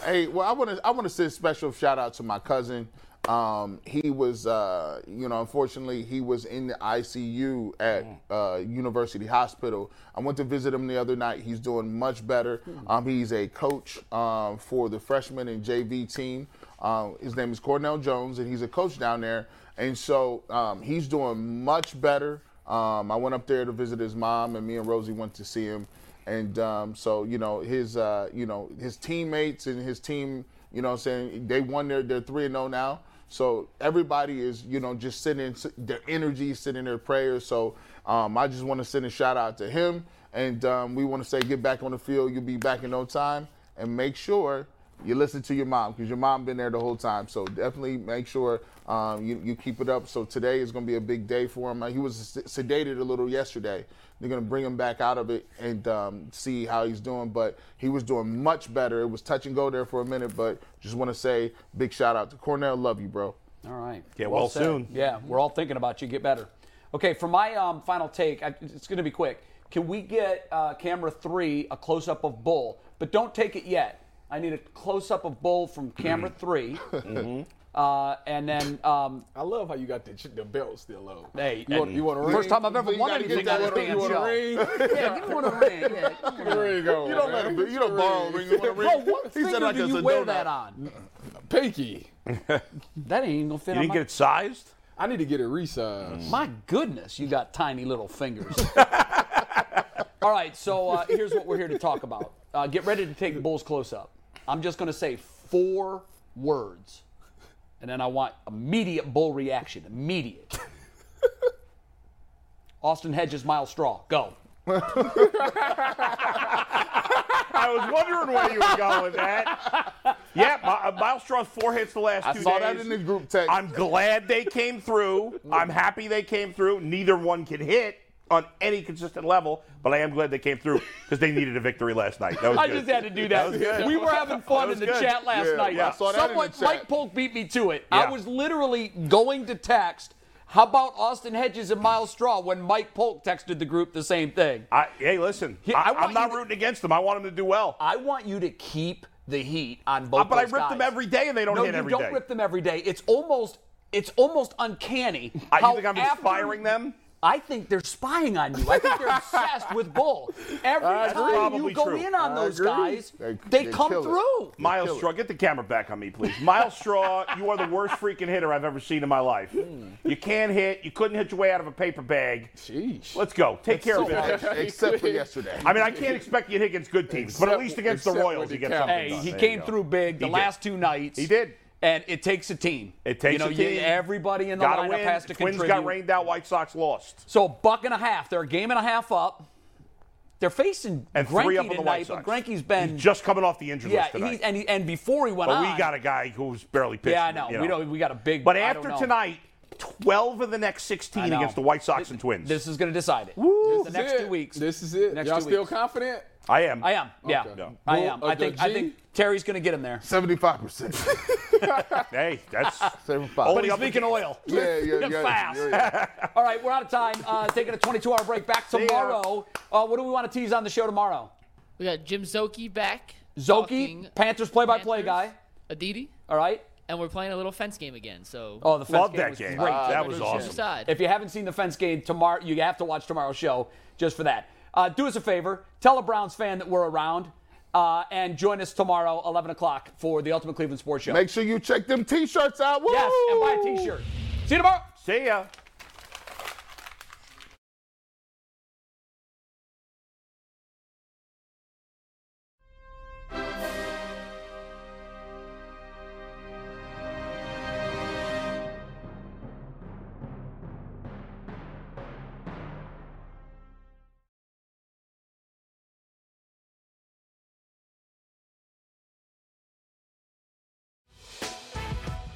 S5: Hey, well, I want to I want to send a special shout out to my cousin. Um, he was, uh, you know, unfortunately, he was in the ICU at uh, University Hospital. I went to visit him the other night. He's doing much better. Um, he's a coach um, for the freshman and JV team. Um, his name is Cornell Jones, and he's a coach down there. And so um, he's doing much better. Um, I went up there to visit his mom, and me and Rosie went to see him. And um, so you know his uh, you know his teammates and his team, you know, what I'm saying they won their they're three and zero now. So everybody is you know just sending s- their energy, sending their prayers. So um, I just want to send a shout out to him, and um, we want to say get back on the field. You'll be back in no time, and make sure you listen to your mom because your mom been there the whole time. So definitely make sure um, you, you keep it up. So today is going to be a big day for him. Uh, He was sed- sedated a little yesterday. They're going to bring him back out of it and um, see how he's doing. But he was doing much better. It was touch and go there for a minute, but just want to say big shout out to Cornell. Love you, bro.
S3: All right.
S1: Get well
S3: said.
S1: soon.
S3: Yeah, we're all thinking about you. Get better. Okay, for my um, final take, I, it's going to be quick. Can we get uh, camera three a close up of Bull? But don't take it yet. I need a close up of Bull from camera 3
S1: Mm-hmm.
S3: uh, and then um,
S4: I love how you got the, ch- the belt still on.
S3: Hey,
S4: you want, you want a ring?
S3: first time I've ever
S4: You
S3: won
S4: gotta get
S3: anything on
S4: that
S3: this
S4: ring. You want a
S3: damn
S4: ring?
S3: yeah, give me one of the ring. Yeah, give me one of the ring.
S4: Ring on,
S5: You don't let
S4: man.
S5: him, you don't borrow a ring. You want a ring?
S3: Bro, what
S5: He said
S3: finger
S5: like
S3: do
S5: it's
S3: you
S5: a
S3: wear
S5: donut.
S3: that on?
S4: Pinky.
S3: That ain't even gonna fit
S1: You
S3: on
S1: didn't
S3: my
S1: get it sized?
S4: I need to get it resized.
S3: My goodness, you got tiny little fingers. All right, so uh, here's what we're here to talk about. Uh, get ready to take the Bulls close up. I'm just going to say four words, and then I want immediate Bull reaction. Immediate. Austin Hedges, Miles Straw, go.
S1: I was wondering where you were going with that. Yeah, my, uh, Miles Straw's four hits the last
S5: I
S1: two
S5: saw
S1: days.
S5: that in the group text.
S1: I'm glad they came through. I'm happy they came through. Neither one can hit on any consistent level, but I am glad they came through because they needed a victory last night. That was
S3: I
S1: good.
S3: just had to do that.
S1: was good.
S3: we were having fun
S1: was
S3: in the
S1: good.
S3: chat last
S5: Yeah,
S3: night.
S5: yeah, I saw that in the
S3: Someone,
S5: chat.
S3: Mike Polk beat me to it. I
S1: Yeah.
S3: was literally going to text, how about Austin Hedges and Miles Straw when Mike Polk texted the group the same thing?
S1: I, hey, listen,
S3: He- I
S1: I,
S3: want
S1: am not
S3: you to-
S1: rooting against them. I want them to do well. Uh,
S3: I want you to keep the heat on both.
S1: Ah, but I
S3: those
S1: rip them
S3: guys.
S1: every day, and they don't
S3: no,
S1: hit
S3: you
S1: every
S3: don't
S1: day.
S3: rip them every day. It's almost, it's almost uncanny.
S1: I,
S3: how
S1: Ah, you think I'm
S3: after-
S1: inspiring them?
S3: I think they're spying on you. I think they're obsessed with Bull. Every
S5: That's
S3: time you
S1: probably
S3: go
S1: true.
S3: in on
S5: I
S3: those
S5: agree.
S3: guys, they,
S5: They- they
S3: come
S5: kill it.
S3: through.
S1: Miles Straw, get the camera back on me, please. Miles Straw, you are the worst freaking hitter I've ever seen in my life.
S3: Hmm.
S1: You can't hit. You couldn't hit your way out of a paper bag.
S4: Jeez.
S1: Let's go. Take care of business.
S5: Except for yesterday.
S1: I mean, I can't expect you to hit against good teams, but at
S4: Except-
S1: least against the
S4: except when
S1: Royals, you
S4: it
S1: get
S4: counts.
S1: something.
S3: Hey,
S1: done.
S3: he
S1: Oh, There
S3: came
S1: you go.
S3: through big the
S1: He did.
S3: last two nights.
S1: He did.
S3: And it takes a team.
S1: It takes
S3: you know,
S1: a
S3: you-
S1: team.
S3: everybody in the
S1: Gotta
S3: lineup
S1: win.
S3: has to
S1: Twins
S3: contribute.
S1: got rained out. White Sox lost.
S3: So a buck and a half. They're a game and a half up. They're facing
S1: And
S3: Greinke
S1: three up on the
S3: tonight,
S1: White
S3: but
S1: Sox.
S3: Greinke's been
S1: He's just coming off the injury
S3: yeah.
S1: list tonight.
S3: He's, and he, and before he went
S1: but
S3: on,
S1: we got a guy who's barely pitching.
S3: yeah. I know.
S1: you
S3: We don't. We got a big.
S1: But
S3: I
S1: after
S3: don't know.
S1: tonight, 12 of the next
S3: I
S1: 16
S3: know.
S1: against the White Sox and Twins.
S3: this is going to decide it. The
S4: This is
S3: next
S4: it.
S3: two weeks.
S4: This is it.
S3: Next
S4: Y'all
S3: two
S4: still
S3: weeks.
S4: confident?
S1: I am.
S3: I am. Yeah.
S4: Okay. No.
S3: I am.
S4: Well,
S3: I think. I
S4: G?
S3: think Terry's going to get him there.
S5: Seventy-five percent.
S1: Hey, that's.
S5: Seventy-five.
S1: Only up
S3: Speaking
S1: against-
S3: oil.
S5: yeah, yeah, yeah,
S3: fast.
S5: yeah, yeah.
S3: All right, we're out of time. Uh, taking a 22-hour break. Back
S1: ya.
S3: tomorrow. Uh, what do we want to tease on the show tomorrow?
S7: We got Jim Zoki back.
S3: Zoki,
S7: talking
S3: Panthers play-by-play guy.
S7: Panthers, Aditi,
S3: All right.
S7: and we're playing a little fence game again. So
S3: Oh, the fence
S1: Love
S3: game
S1: that
S3: was
S1: game. Ah,
S3: Great.
S1: that was
S7: choose your
S1: awesome.
S7: side.
S3: If you haven't seen the fence game tomorrow, you have to watch tomorrow's show just for that. Uh, do us a favor, tell a Browns fan that we're around, uh, and join us tomorrow, 11 o'clock, for the Ultimate Cleveland Sports Show.
S5: Make sure you check them T-shirts out. Woo!
S3: yes, and buy a T-shirt. See you tomorrow.
S1: See ya.